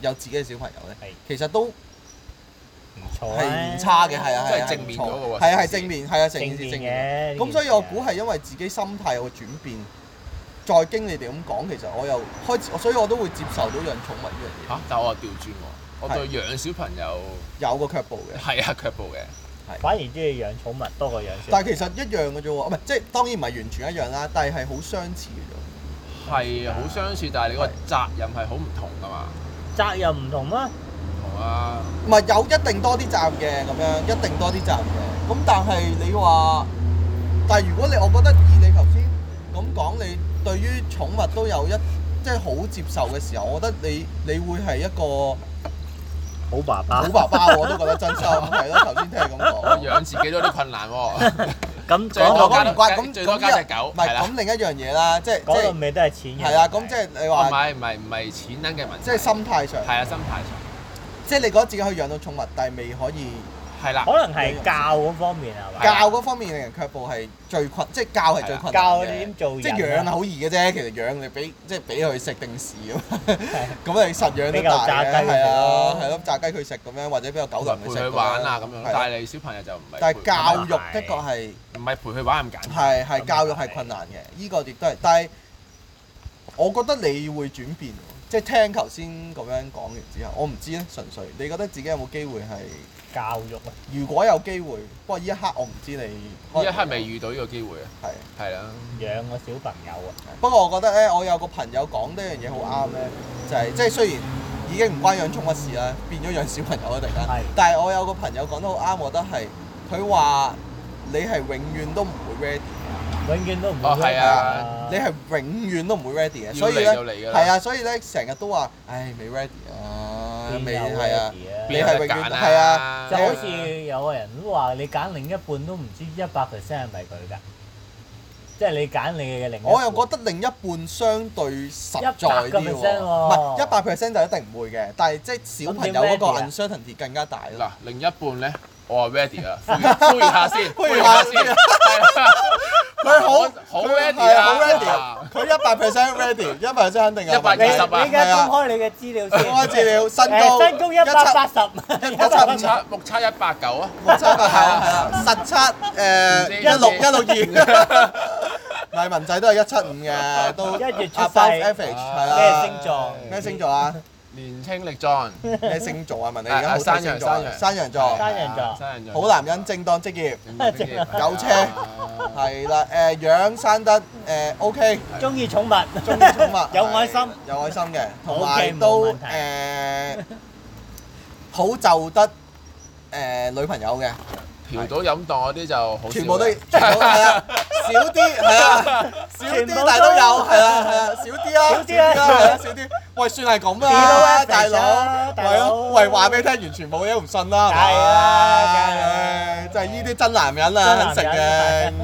Speaker 3: 有自己嘅小朋友咧
Speaker 1: 係，
Speaker 3: 其實都
Speaker 1: 唔錯
Speaker 3: 係
Speaker 1: 啊
Speaker 3: 唔差嘅，係啊，
Speaker 2: 即係
Speaker 3: 係啊
Speaker 2: 正面
Speaker 3: 唔錯
Speaker 2: 嗰個喎
Speaker 3: 係啊，
Speaker 2: 成件事
Speaker 3: 係正面，係啊，成
Speaker 1: 正
Speaker 3: 件事正面。
Speaker 1: 面嘅。
Speaker 3: 咁所以我估係因為自己心態有個轉變，再經你哋咁講，其實我又開始，所以我都會接受到養寵物呢樣嘢，
Speaker 2: 嚇，但我又調轉喎，我對養小朋友
Speaker 3: 有個卻步嘅，
Speaker 2: 係啊卻步嘅，
Speaker 3: 係
Speaker 1: 反而中意養寵物多過養小
Speaker 3: 但係其實一樣嘅啫喎，唔係即係當然唔係完全一樣啦，但係係好相似嘅
Speaker 2: 係好相似，但係你個責任係好唔同噶嘛，
Speaker 1: 責任唔同啦，
Speaker 2: 唔同啊，
Speaker 3: 啫。唔係有一定多啲站嘅咁樣，一定多啲站嘅。咁但係你話，但係如果你我覺得以你頭先咁講，你對於寵物都有一即係好接受嘅時候，我覺得你 <laughs> 你會係一個
Speaker 1: 好爸爸
Speaker 3: 好。爸爸，我都覺得真心係咯。頭先聽你咁
Speaker 2: 我
Speaker 3: 講。
Speaker 2: 養自己都有啲困難喎。
Speaker 1: 咁
Speaker 2: 最多
Speaker 1: 講
Speaker 2: 加
Speaker 1: 到
Speaker 3: 唔怪咁
Speaker 2: 最多加隻狗
Speaker 3: 唔
Speaker 2: 係
Speaker 3: 係
Speaker 2: 啦
Speaker 3: 咁另一樣嘢啦，即係即
Speaker 1: 講到
Speaker 3: 係
Speaker 1: 尾都係錢嘅。
Speaker 3: 係啦，啊咁即係你
Speaker 2: 唔
Speaker 3: 話
Speaker 2: 係唔係唔係錢等嘅問題，
Speaker 3: 即係心態上，
Speaker 2: 係啊心態上
Speaker 3: 即係你覺得自己可以養到寵物，但係未可以
Speaker 2: 係啦，
Speaker 1: 可能係教嗰方面係嘛？
Speaker 3: 教嗰方面令人卻步係最困，即係教係最困難
Speaker 1: 教你
Speaker 3: 嘅
Speaker 1: 點。做人啊
Speaker 3: 即係養啊係好易嘅啫，其實養你俾即係俾佢食定時咁， <laughs> 咁啊你實養
Speaker 1: 俾
Speaker 3: 都
Speaker 1: 嚿
Speaker 3: 大
Speaker 1: 炸雞佢
Speaker 3: 嘅，
Speaker 1: 食
Speaker 3: 係啊
Speaker 1: 咯，
Speaker 3: 係咯，炸雞佢食咁樣，或者俾個
Speaker 2: 同
Speaker 3: 狗
Speaker 2: 埋
Speaker 3: 糧
Speaker 2: 陪
Speaker 3: 佢食
Speaker 2: 佢玩啊咁樣，
Speaker 3: 係
Speaker 2: 但係你小朋友就唔係陪，
Speaker 3: 但係教育
Speaker 1: 咁啊係
Speaker 3: 的確係。
Speaker 2: 唔係陪佢玩咁簡單，
Speaker 3: 係
Speaker 1: 咁
Speaker 3: 係教育係困難嘅，呢個亦都係。但係我覺得你會轉變喎，即係聽頭先咁樣講完之後，我唔知咧，啊純粹你覺得自己有冇機會係？
Speaker 1: 教育啊，
Speaker 3: 如果有機會，不過呢一刻我唔知你
Speaker 2: 呢一刻未遇到呢個機會啊，
Speaker 3: 係。
Speaker 2: 係啦，
Speaker 1: 養個小朋友啊，
Speaker 3: 不過我覺得咧，我有個朋友講呢樣嘢好啱咧，就係、即係雖然已經唔關養寵物事啦，變咗養小朋友啦，突然
Speaker 1: 係
Speaker 3: 間。但係我有個朋友講得好啱，我覺得係佢話你係永遠都唔會 ready。
Speaker 1: 永遠都唔會
Speaker 2: 哦係啊
Speaker 3: 你係永遠都唔會 ready 嘅，
Speaker 2: 要
Speaker 3: 所以
Speaker 2: 嚟
Speaker 3: 咧
Speaker 2: 就嚟㗎啦
Speaker 3: 係啊，所以咧成日都話，唉，未 ready 啊，未
Speaker 1: 邊有
Speaker 3: 係啊，
Speaker 1: ready 啊
Speaker 3: 你係
Speaker 2: 邊
Speaker 3: 永
Speaker 2: 有得
Speaker 3: 遠
Speaker 2: 揀啊
Speaker 3: 係啊，
Speaker 1: 就好似有個人都話你揀另一半都唔知一百 percent 係咪佢㗎，即係你揀你嘅另一半。
Speaker 3: 我又覺得另一半相對實在
Speaker 1: 100%
Speaker 3: 啲喎，
Speaker 1: 喎
Speaker 3: 唔係一百 percent 就一定唔會嘅，但係即係小朋友嗰個
Speaker 1: 咁你
Speaker 3: uncertainty 更加大
Speaker 2: 嗱
Speaker 3: 啦。
Speaker 2: 另一半咧，我話 ready 啊，呼籲呼籲下先，
Speaker 3: 呼籲下
Speaker 2: 呼籲係
Speaker 3: 先
Speaker 2: 啊
Speaker 3: 佢好
Speaker 2: 我好
Speaker 3: 佢
Speaker 2: ready
Speaker 3: 係
Speaker 2: 啊
Speaker 3: 啊好 ready，啊佢一百 percent ready，一百 percent 肯定有問題。
Speaker 1: 你
Speaker 2: 120
Speaker 1: 你而
Speaker 2: 啊
Speaker 3: 係
Speaker 1: 家
Speaker 3: 啊
Speaker 1: 公開你嘅資料先。
Speaker 3: 公開資料，身
Speaker 1: 誒
Speaker 3: 高
Speaker 1: 身高一百八十，
Speaker 3: 一七
Speaker 2: 目
Speaker 3: 五
Speaker 2: 測目測一百九啊，
Speaker 3: 目測係啊，係啊，實測誒一六一六二，唔係文仔都係一七五嘅，都
Speaker 1: 一月出世啊
Speaker 3: above average
Speaker 2: Ờ.
Speaker 3: 係
Speaker 1: 咩
Speaker 3: 啦。
Speaker 1: 星座？
Speaker 3: 咩星座啊？
Speaker 2: 年青力壯，
Speaker 3: 咩星座啊？問你而家好
Speaker 2: 啊
Speaker 3: 睇
Speaker 2: 山羊
Speaker 3: 星座啊
Speaker 2: 山，羊
Speaker 3: 山羊座，
Speaker 1: 山羊座
Speaker 2: 山羊座
Speaker 3: 好男人，正當職業，有車
Speaker 2: Ờ. 係
Speaker 3: 係啦，誒樣生得誒 OK，
Speaker 1: 中意寵物， <laughs>
Speaker 3: 中意寵物，
Speaker 1: 有愛心，
Speaker 3: 有愛心嘅，同
Speaker 1: OK，
Speaker 3: 埋
Speaker 1: 冇
Speaker 3: 都
Speaker 1: 問題
Speaker 3: 誒好就得誒女朋友嘅。
Speaker 2: 嫖到飲檔嗰啲就好少嘅，
Speaker 3: 全部都全部係啊，少啲
Speaker 2: <laughs>
Speaker 3: 係啊，少
Speaker 1: 全
Speaker 3: 啲
Speaker 1: 部都
Speaker 3: 但係都有係啊係啊，少啲啦，
Speaker 1: 少啲啦
Speaker 3: 係啊少啲。喂，算係咁啦，
Speaker 1: Below average
Speaker 3: 大
Speaker 1: 啦
Speaker 3: 佬，
Speaker 1: 大佬
Speaker 3: 係咯，喂話俾你聽，完全冇嘢唔信啦，係嘛
Speaker 1: 係啊梗係啦
Speaker 3: 唉就係呢啲真男人啊，肯
Speaker 1: 真
Speaker 3: 食
Speaker 1: <laughs> 男
Speaker 3: 嘅
Speaker 1: 人。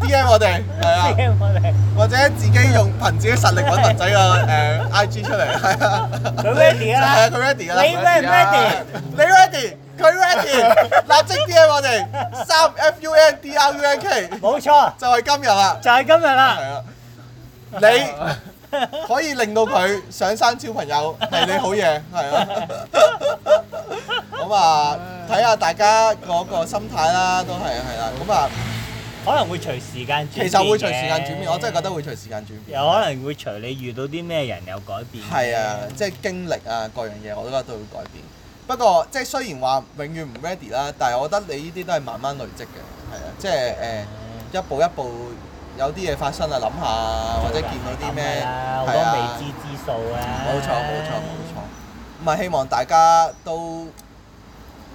Speaker 3: D M 我哋係啊，
Speaker 1: 聽我哋。
Speaker 3: 或者自己用憑自己實力揾文仔
Speaker 1: <laughs>
Speaker 3: 啊個誒 I G 出嚟，係啊，
Speaker 1: 佢 ready 㗎
Speaker 3: <laughs>
Speaker 1: 啦
Speaker 3: 係啊，佢 ready 㗎啦，
Speaker 1: 你 ready 唔 ready？
Speaker 3: 你 ready，佢 ready，立即 D M 我哋三 F U N D R U N K，
Speaker 1: 冇錯，
Speaker 3: 就係今日啦，
Speaker 1: 就係今日
Speaker 3: 係
Speaker 1: 啦。
Speaker 3: 啊，你可以令到佢上山小朋友係你好嘢，係啊。咁啊，睇下大家嗰個心態啦，都係係啦。咁啊，
Speaker 1: <laughs> 可能會隨時間轉
Speaker 3: 其
Speaker 1: 變嘅
Speaker 3: 實會隨時間轉變，我真係覺得會隨時間轉變。
Speaker 1: 有可能會隨你遇到啲咩人有改變。
Speaker 3: 係啊，即係經歷啊，各樣嘢我都覺得都會改變。不過即係雖然話永遠唔 ready 啦，但係我覺得你呢啲都係慢慢累積嘅，係啊，即係誒、一步一步有啲嘢發生啊，諗下或者見到啲咩，
Speaker 1: 好
Speaker 3: 係
Speaker 1: 多
Speaker 3: 啊，
Speaker 1: 未知之數啊。
Speaker 3: 冇錯冇錯冇錯。咁啊，希望大家都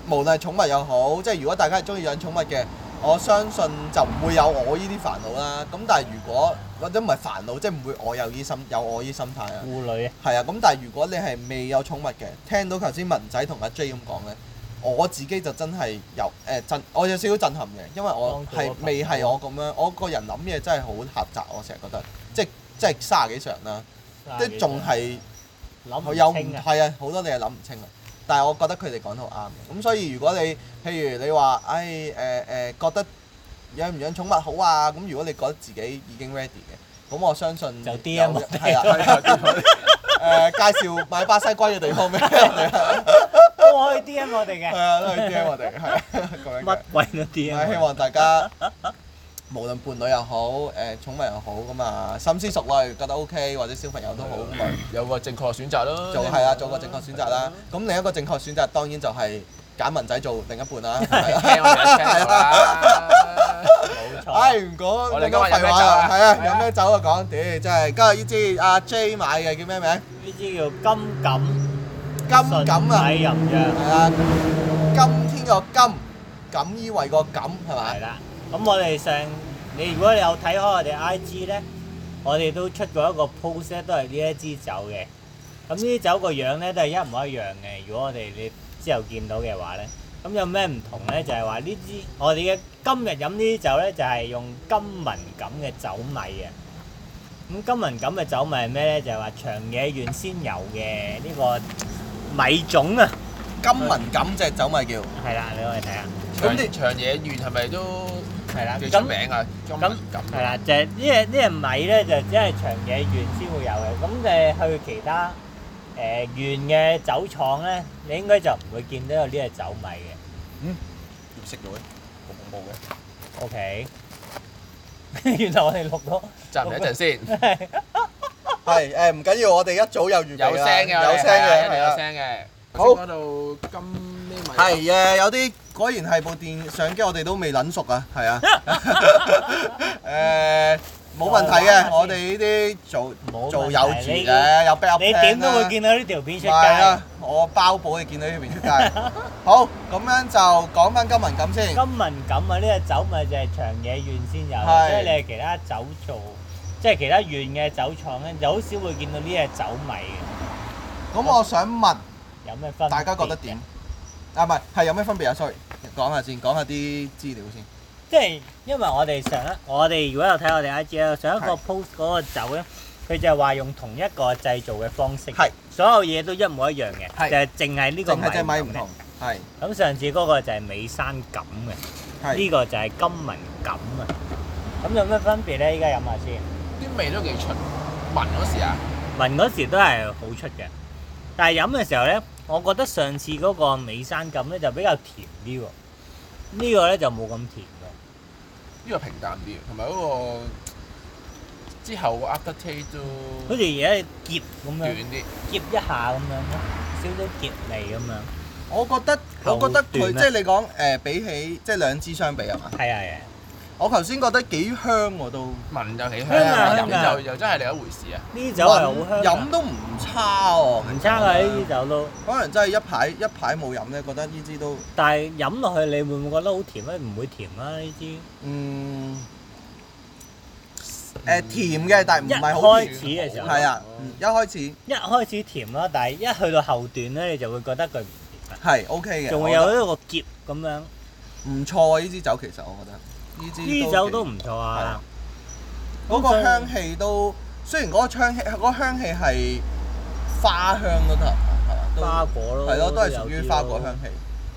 Speaker 3: 無論係寵物又好，即係如果大家係中意養寵物嘅，我相信就唔會有我呢啲煩惱啦。咁但係如果或者唔係煩惱，即係唔會我有呢心有我呢心態啊。
Speaker 1: 顧慮啊，
Speaker 3: 係啊，咁但係如果你係未有寵物嘅，聽到頭先文仔同阿 J 咁講呢，我自己就真係有誒、震，我有少少震撼嘅，因為我
Speaker 1: 當做
Speaker 3: 係
Speaker 1: 個
Speaker 3: 未
Speaker 1: 朋
Speaker 3: 係
Speaker 1: 友
Speaker 3: 我咁樣，我個人諗嘢真係好狹窄，我成日覺得，即係即係卅幾歲人啦，即係仲係
Speaker 1: 諗
Speaker 3: 佢有
Speaker 1: 唔
Speaker 3: 唔
Speaker 1: 清啊。
Speaker 3: 係啊，好多你係諗唔清啊。但係我覺得佢哋講得好啱嘅，咁所以如果你譬如你話，唉誒誒、覺得養唔養寵物好啊？咁如果你覺得自己已經 ready 嘅，咁我相信
Speaker 1: 就
Speaker 3: 有
Speaker 1: DM 我哋
Speaker 3: 係啊啦。誒、介紹買巴西龜嘅地方俾我哋啊，
Speaker 1: 都可以 D M 我哋
Speaker 3: 係
Speaker 1: 嘅，
Speaker 3: 啊，都去 DM 我哋，係啊咁樣
Speaker 1: 乜
Speaker 3: 嘅。
Speaker 1: 鬼都 D
Speaker 3: 咁
Speaker 1: M。
Speaker 3: 啊希望大家無論伴侶又好，誒、寵物又好咁啊，深思熟慮覺得 OK，或者小朋友都好咁啊，
Speaker 2: 有個正確選擇咯，
Speaker 3: 做
Speaker 2: 你
Speaker 3: 係啊，做個正確選擇啦。咁另一個正確選擇當然就係揀文仔做另一半啦。
Speaker 2: 係聽我哋嘅 channel 啦。
Speaker 1: 冇錯。
Speaker 3: 唉，唔講
Speaker 2: 我
Speaker 3: 咁
Speaker 2: 哋
Speaker 3: 多
Speaker 2: 今日飲咩
Speaker 3: 廢話
Speaker 2: 酒
Speaker 3: 啦，
Speaker 2: 啊
Speaker 3: 係啊，
Speaker 2: 係啊
Speaker 3: 飲咩酒啊講，屌真係，今日呢支阿 J 買嘅叫咩名？
Speaker 1: 呢支叫金錦
Speaker 3: 金錦啊，
Speaker 1: 純米吟釀。
Speaker 3: 係啊，今天個金，錦衣為個錦係
Speaker 1: 係
Speaker 3: 咪？
Speaker 1: 啦，咁我哋上你如果你有睇開我哋 IG 咧，我哋都出過一個 post 咧，都係呢一支酒嘅。咁呢支酒個樣咧都係一模一樣嘅。如果我哋你之後見到嘅話咧，咁有咩唔同咧？就係話呢支我哋嘅今日飲呢啲酒咧，就係、用金文錦嘅酒米嘅。咁金文錦嘅酒米係咩咧？就係、話長野縣先有嘅呢個米種啊。
Speaker 3: 金文錦隻酒咪叫，
Speaker 1: 係啦，你可以睇下。
Speaker 3: 咁
Speaker 2: 咁
Speaker 3: 你
Speaker 2: 啲長野縣係咪都
Speaker 1: 係啦，
Speaker 2: 幾出
Speaker 1: 咁
Speaker 2: 名啊？金文
Speaker 1: 咁係啦，就係呢隻呢隻米咧，就只係長野縣先會有嘅。咁誒去其他誒縣嘅酒廠咧，你應該就唔會見到有呢隻酒米嘅。
Speaker 2: 要識到嘅，好恐怖嘅。
Speaker 1: OK，原來我哋錄到
Speaker 2: 暫停一陣先，
Speaker 3: 係誒唔緊要，我哋一早有預備啦
Speaker 2: 有聲嘅，
Speaker 3: 有聲嘅，
Speaker 2: 一定
Speaker 3: 係
Speaker 2: 有
Speaker 3: 啊。
Speaker 2: 聲嘅。
Speaker 3: 好
Speaker 2: 頭先講到金咩米？
Speaker 3: 係誒，有啲果然係部電相機，我哋都未撚熟啊， <laughs> 係啊。誒冇問題嘅，我哋呢啲做
Speaker 1: 冇
Speaker 3: 做
Speaker 1: 問題
Speaker 3: 有住嘅，有 backup
Speaker 1: 你
Speaker 3: plan
Speaker 1: 點都
Speaker 3: 啦
Speaker 1: 會見到呢條片出街。
Speaker 3: 係啊，我包保你見到呢
Speaker 1: <laughs>
Speaker 3: 邊出街。好，咁樣就講翻金文錦先。
Speaker 1: 金文錦啊，呢隻酒咪就係長野縣先有，
Speaker 3: 係
Speaker 1: 即係你係其他酒造，即係其他縣嘅酒廠咧，就好少會見到呢隻酒米嘅。
Speaker 3: 咁我想問
Speaker 1: 有咩分別嘅？
Speaker 3: 大家覺得點？啊，唔係，係有咩分別啊？sorry，講下先，講下啲資料先。
Speaker 1: 即係因為我哋上一，我哋如果有睇我哋 I G 咧，上一個
Speaker 3: 係
Speaker 1: post 嗰個酒咧，佢就係話用同一個製造嘅方式，
Speaker 3: 係
Speaker 1: 所有嘢都一模一樣嘅，
Speaker 3: 係
Speaker 1: 就係淨係呢個
Speaker 3: 淨係隻米
Speaker 1: 嘅
Speaker 3: 唔同。，係
Speaker 1: 咁上次嗰個就係美山錦嘅，
Speaker 3: 係。
Speaker 1: 呢個就係金文錦啊。咁有咩分別咧？依家飲下先。
Speaker 2: 啲味都幾出，聞嗰時啊，
Speaker 1: 聞嗰時都係好出嘅，但係飲嘅時候咧，我覺得上次嗰個美山錦咧就比較甜啲喎，呢個咧就冇咁甜咯。
Speaker 2: 呢個平淡啲，同埋嗰個之後個 after taste
Speaker 1: 好
Speaker 2: 都
Speaker 1: 似而家澀咁樣
Speaker 2: 短。啲。
Speaker 1: 夾一下咁樣咯，少少夾味咁樣。
Speaker 3: 我覺得我覺得佢
Speaker 1: 後段呢
Speaker 3: 即係你講誒，比起即係兩支相比係嘛？
Speaker 1: 係啊係啊，
Speaker 3: 我頭先覺得幾香我都。
Speaker 2: 聞就幾香，
Speaker 1: 香啊
Speaker 3: 香
Speaker 1: 啊
Speaker 2: 飲就又真係另一回事啊！
Speaker 1: 呢酒係好
Speaker 3: 聞
Speaker 1: 香
Speaker 3: 飲
Speaker 1: 㗎，
Speaker 3: 都唔差喎。
Speaker 1: 唔差㗎呢啲酒都。
Speaker 3: 可能真係一排一排冇飲咧，覺得呢支都
Speaker 1: 但係飲落去你會唔會覺得好甜咧？啊唔會甜啦呢支。
Speaker 3: 嗯誒甜嘅，但係唔係好
Speaker 1: 一
Speaker 3: 甜
Speaker 1: 開。始嘅時候
Speaker 2: à?
Speaker 3: 係啊，嗯一開始
Speaker 1: 一開始甜啦，但係一去到後段咧，你就會覺得佢唔甜啦，
Speaker 3: 係 OK 嘅，
Speaker 1: 仲會
Speaker 3: 我覺
Speaker 1: 有一個夾咁樣。
Speaker 3: 得唔錯啊！呢支酒其實我覺得呢支
Speaker 1: 呢
Speaker 3: 幾
Speaker 1: 酒都唔錯啊，
Speaker 3: 嗰個香氣都雖然嗰個香氣嗰個香氣係花香都得係嘛，都
Speaker 1: 花果咯，
Speaker 3: 係咯，都係
Speaker 1: 有
Speaker 3: 屬於
Speaker 1: 啲
Speaker 3: 花
Speaker 1: 咯
Speaker 3: 果香。氣，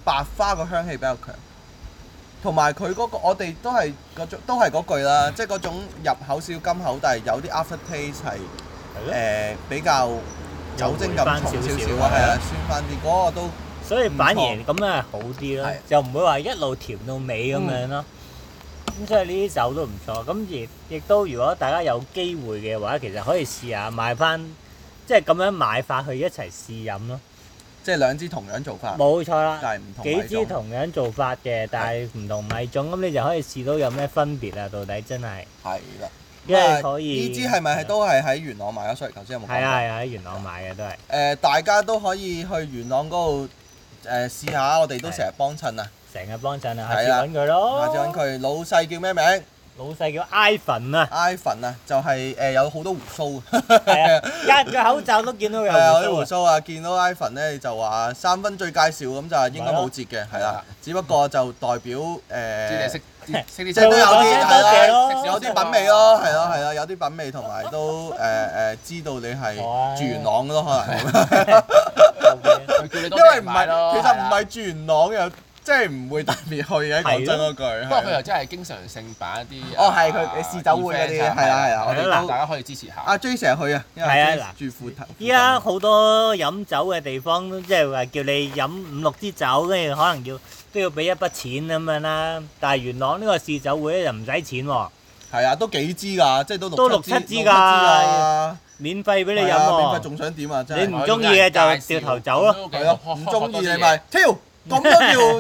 Speaker 3: 白花個香氣比較強。同埋佢嗰個，我哋都係嗰種，都係嗰句啦，即係嗰種入口少甘口，但係有啲 after taste 係
Speaker 1: 係
Speaker 3: 誒、
Speaker 1: 咯，
Speaker 3: 比較酒精咁重少少啊，係啊，酸翻啲，嗰、個都
Speaker 1: 所以反而
Speaker 3: 唔錯
Speaker 1: 咁樣係好啲咯
Speaker 3: 係，
Speaker 1: 就唔會話一路甜到尾咁樣咯。
Speaker 3: 嗯
Speaker 1: 咁所以呢啲酒都唔錯，咁亦亦都如果大家有機會嘅話，其實可以試下買翻，即係咁樣買法去一齊試飲咯。
Speaker 3: 即係兩支同樣做法，
Speaker 1: 冇錯啦，
Speaker 3: 但係唔同
Speaker 1: 幾
Speaker 3: 米
Speaker 1: 支
Speaker 3: 種。
Speaker 1: 同樣做法嘅，但係唔同米種，咁你就可以試到有咩分別啦。到底真係，
Speaker 3: 係啦。
Speaker 1: 因
Speaker 3: 咁啊
Speaker 1: 為可以
Speaker 3: 啊呢支係咪係都係喺元朗買啊？所以頭先有冇講過？
Speaker 1: 係啊係啊，喺元朗買嘅都係。
Speaker 3: 誒，大家都可以去元朗嗰度誒試下，我哋都成日幫襯啊。
Speaker 1: 成日幫襯啊，下
Speaker 3: 係
Speaker 1: 次
Speaker 3: 啦
Speaker 1: 揾佢咯。
Speaker 3: 下次揾佢，老細叫咩名
Speaker 1: 老細叫 Ivan 啊，
Speaker 3: ？Ivan 啊，就係誒有好多胡鬚。
Speaker 1: 係
Speaker 3: <laughs>
Speaker 1: 啊，隔住口罩都見到有
Speaker 3: 係啊，我啲
Speaker 1: 胡
Speaker 3: 胡
Speaker 1: 鬚啊。
Speaker 3: 鬚啊，見到 Ivan 咧就話三分最介紹咁就應該冇折嘅，係啦。只不過就代表
Speaker 2: 知你
Speaker 3: 誒，
Speaker 2: 識啲識啲
Speaker 3: 即係都有
Speaker 1: 多
Speaker 3: 啲
Speaker 1: 謝
Speaker 3: 係
Speaker 1: 多
Speaker 3: 啦，
Speaker 1: 謝
Speaker 3: 有啲品味咯，係咯係咯，有啲品味同埋都誒誒知道你係住元朗咯，可能
Speaker 2: 佢叫你多
Speaker 3: 因為
Speaker 2: 啲
Speaker 3: 唔
Speaker 2: 買咯
Speaker 3: 係，其實
Speaker 2: 係
Speaker 3: 唔
Speaker 2: 啊
Speaker 3: 係住元朗又即係唔會特別去嘅，講真嗰句。
Speaker 2: 不
Speaker 3: 係
Speaker 2: 過佢又真係經常性擺一啲
Speaker 3: 哦係佢你試酒會嗰啲係啦係啦我
Speaker 1: 哋都
Speaker 2: 大家可以支持下。
Speaker 3: 阿 J 成日去啊，因為
Speaker 1: 係啊
Speaker 3: J
Speaker 1: 嗱
Speaker 3: 住附近。
Speaker 1: 依家好多飲酒嘅地方都即係話叫你飲五六支酒，跟住可能要都要俾一筆錢咁樣啦。但係元朗呢個試酒會咧就唔使錢喎，
Speaker 3: 係啊，都幾支㗎，即係都
Speaker 1: 都
Speaker 3: 六
Speaker 1: 六
Speaker 3: 七
Speaker 1: 七
Speaker 3: 支
Speaker 1: 支㗎
Speaker 3: 㗎。
Speaker 1: 免費俾你
Speaker 3: 係
Speaker 1: 飲
Speaker 3: 啊免費
Speaker 1: 喎。
Speaker 3: 仲想點啊？真
Speaker 1: 你
Speaker 3: 係
Speaker 1: 唔中意嘅就掉頭走咯
Speaker 2: 都幾
Speaker 3: 係咯，
Speaker 2: 好
Speaker 3: 唔中意你咪跳咁都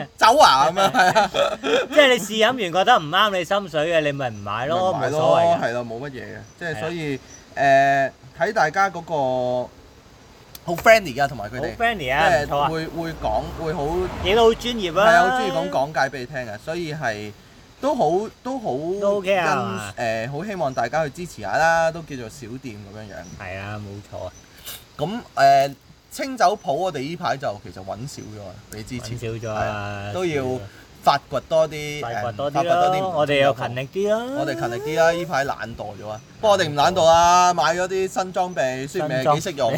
Speaker 3: 叫走啊咁
Speaker 1: <laughs>
Speaker 3: 樣係啊，
Speaker 1: 即係你試飲完覺得唔啱你心水嘅，你咪唔買咯，
Speaker 3: 咪買
Speaker 1: 冇所謂㗎。
Speaker 3: 係咯，冇乜嘢嘅，即
Speaker 1: 係
Speaker 3: 係
Speaker 1: 啊
Speaker 3: 所以誒睇大家嗰個好 friendly 噶，同埋佢
Speaker 1: 好
Speaker 3: 哋
Speaker 1: friendly
Speaker 3: 即
Speaker 1: 啊，唔錯
Speaker 3: 係
Speaker 1: 啊，
Speaker 3: 會會講會好
Speaker 1: 亦都好專業啊。
Speaker 3: 係啊，好中意講講解俾你聽嘅，所以係。都好都好
Speaker 1: 都 OK 啊係嘛
Speaker 3: 跟誒，好、希望大家去支持下啦，都叫做小店咁樣樣。
Speaker 1: 係啊，冇錯啊，
Speaker 3: 咁誒、呃清酒鋪我哋呢排就其實揾少咗啊，比之前
Speaker 1: 揾少咗啊，
Speaker 3: 都要
Speaker 1: 少咗
Speaker 3: 發掘多啲，
Speaker 1: 發
Speaker 3: 誒
Speaker 1: 掘多
Speaker 3: 發
Speaker 1: 啲
Speaker 3: 掘多啲
Speaker 1: 咯，
Speaker 3: 唔
Speaker 1: 我哋又
Speaker 3: 同嘅
Speaker 1: 勤力啲啊啦。
Speaker 3: 貨我哋勤力啲啦，呢排懶惰咗啊。不過我哋唔懶惰啊，買咗啲新裝備，雖然未係幾識用，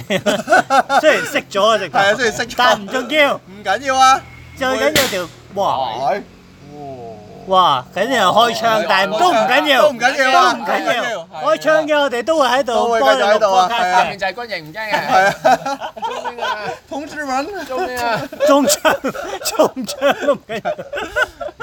Speaker 1: <laughs>
Speaker 3: 係
Speaker 1: 雖然識咗啊，直頭
Speaker 3: 啊，雖然識用，
Speaker 1: 但唔重要，
Speaker 3: 唔緊要啊。
Speaker 1: 最緊要條哇
Speaker 3: 哇！
Speaker 1: 哇，緊要係開槍，但係都唔緊要，
Speaker 3: 都唔緊要啊
Speaker 1: 都唔緊要。
Speaker 3: 係啊
Speaker 1: 開槍嘅我哋都會喺度
Speaker 3: 都會繼
Speaker 1: 幫你
Speaker 3: 續喺
Speaker 1: 錄
Speaker 3: 度啊
Speaker 1: podcast
Speaker 3: 係
Speaker 2: 下
Speaker 3: 啊
Speaker 1: 嘅
Speaker 2: 面就係軍營，唔驚
Speaker 3: 係
Speaker 2: 嘅，
Speaker 3: 啊，
Speaker 2: 做咩啊？
Speaker 3: 通知文
Speaker 2: 做咩
Speaker 3: <laughs>
Speaker 2: 啊？
Speaker 1: 中槍，中槍都唔緊要。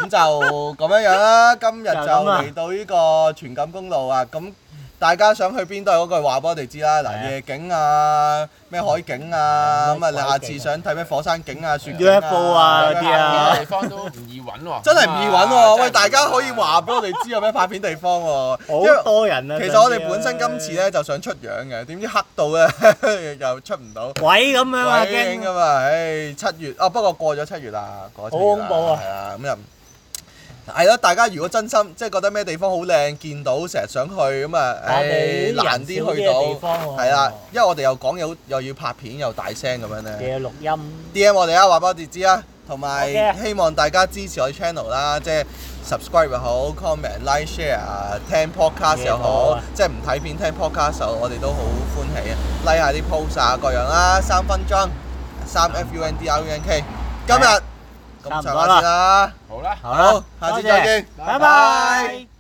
Speaker 3: 咁就咁樣樣啦。今日就
Speaker 1: 就咁啊
Speaker 3: 嚟到呢個全錦公路啊，咁。大家想去邊都係嗰句話俾我哋知啦，
Speaker 1: 係
Speaker 3: 嗱
Speaker 1: 啊
Speaker 3: 夜景啊，咩海景啊，咁啊
Speaker 1: 咩
Speaker 3: 你
Speaker 1: 海景啊
Speaker 3: 下次想睇咩火山景啊、雪景
Speaker 1: UFO 啊嗰啲啊
Speaker 2: 地方都唔易揾喎，
Speaker 3: 真係唔易揾喎！喂，大家可以
Speaker 2: 話。
Speaker 3: 話俾我哋知有咩拍片地方喎，因為
Speaker 1: 好多人啊！
Speaker 3: 其實我哋
Speaker 1: 真係
Speaker 3: 本身今次咧就想出樣嘅，點知黑到咧 <laughs> 又出唔到。
Speaker 1: 鬼咁樣啊，
Speaker 3: 鬼影
Speaker 1: 驚
Speaker 3: 㗎嘛，唉，七月啊，不過過咗七月啦，過咗七月
Speaker 1: 好恐怖啊
Speaker 3: 係啊，咁又唔係咯，大家如果真心即係覺得咩地方好靚，見到成日想去咁啊，
Speaker 1: 但
Speaker 3: 唉
Speaker 1: 係，啲
Speaker 3: 難
Speaker 1: 人
Speaker 3: 啲
Speaker 1: 少啲
Speaker 3: 去
Speaker 1: 嘅地
Speaker 3: 到，
Speaker 1: 方喎，
Speaker 3: 係啦，因為我哋又講又又要拍片又大聲咁樣咧。
Speaker 1: 又要錄音，
Speaker 3: D M 我哋啊，話俾我哋知啊，同埋
Speaker 1: OK
Speaker 3: 希望大家支持我哋 channel 啦，即係 subscribe 又好，comment、like、share 啊，聽 podcast 又
Speaker 1: 嘢多
Speaker 3: 好
Speaker 1: 啊，
Speaker 3: 即係唔睇片聽 podcast 又好我哋都好歡喜啊，like 下啲 post 啊，各樣啦，三分鐘，三 F U N D R U N K，今日
Speaker 1: 差唔
Speaker 3: 咁
Speaker 1: 多
Speaker 3: 上下先啦，
Speaker 2: 好啦。
Speaker 1: 好啦
Speaker 3: 好，，下次再見。
Speaker 1: 拜
Speaker 3: 拜拜
Speaker 1: 拜。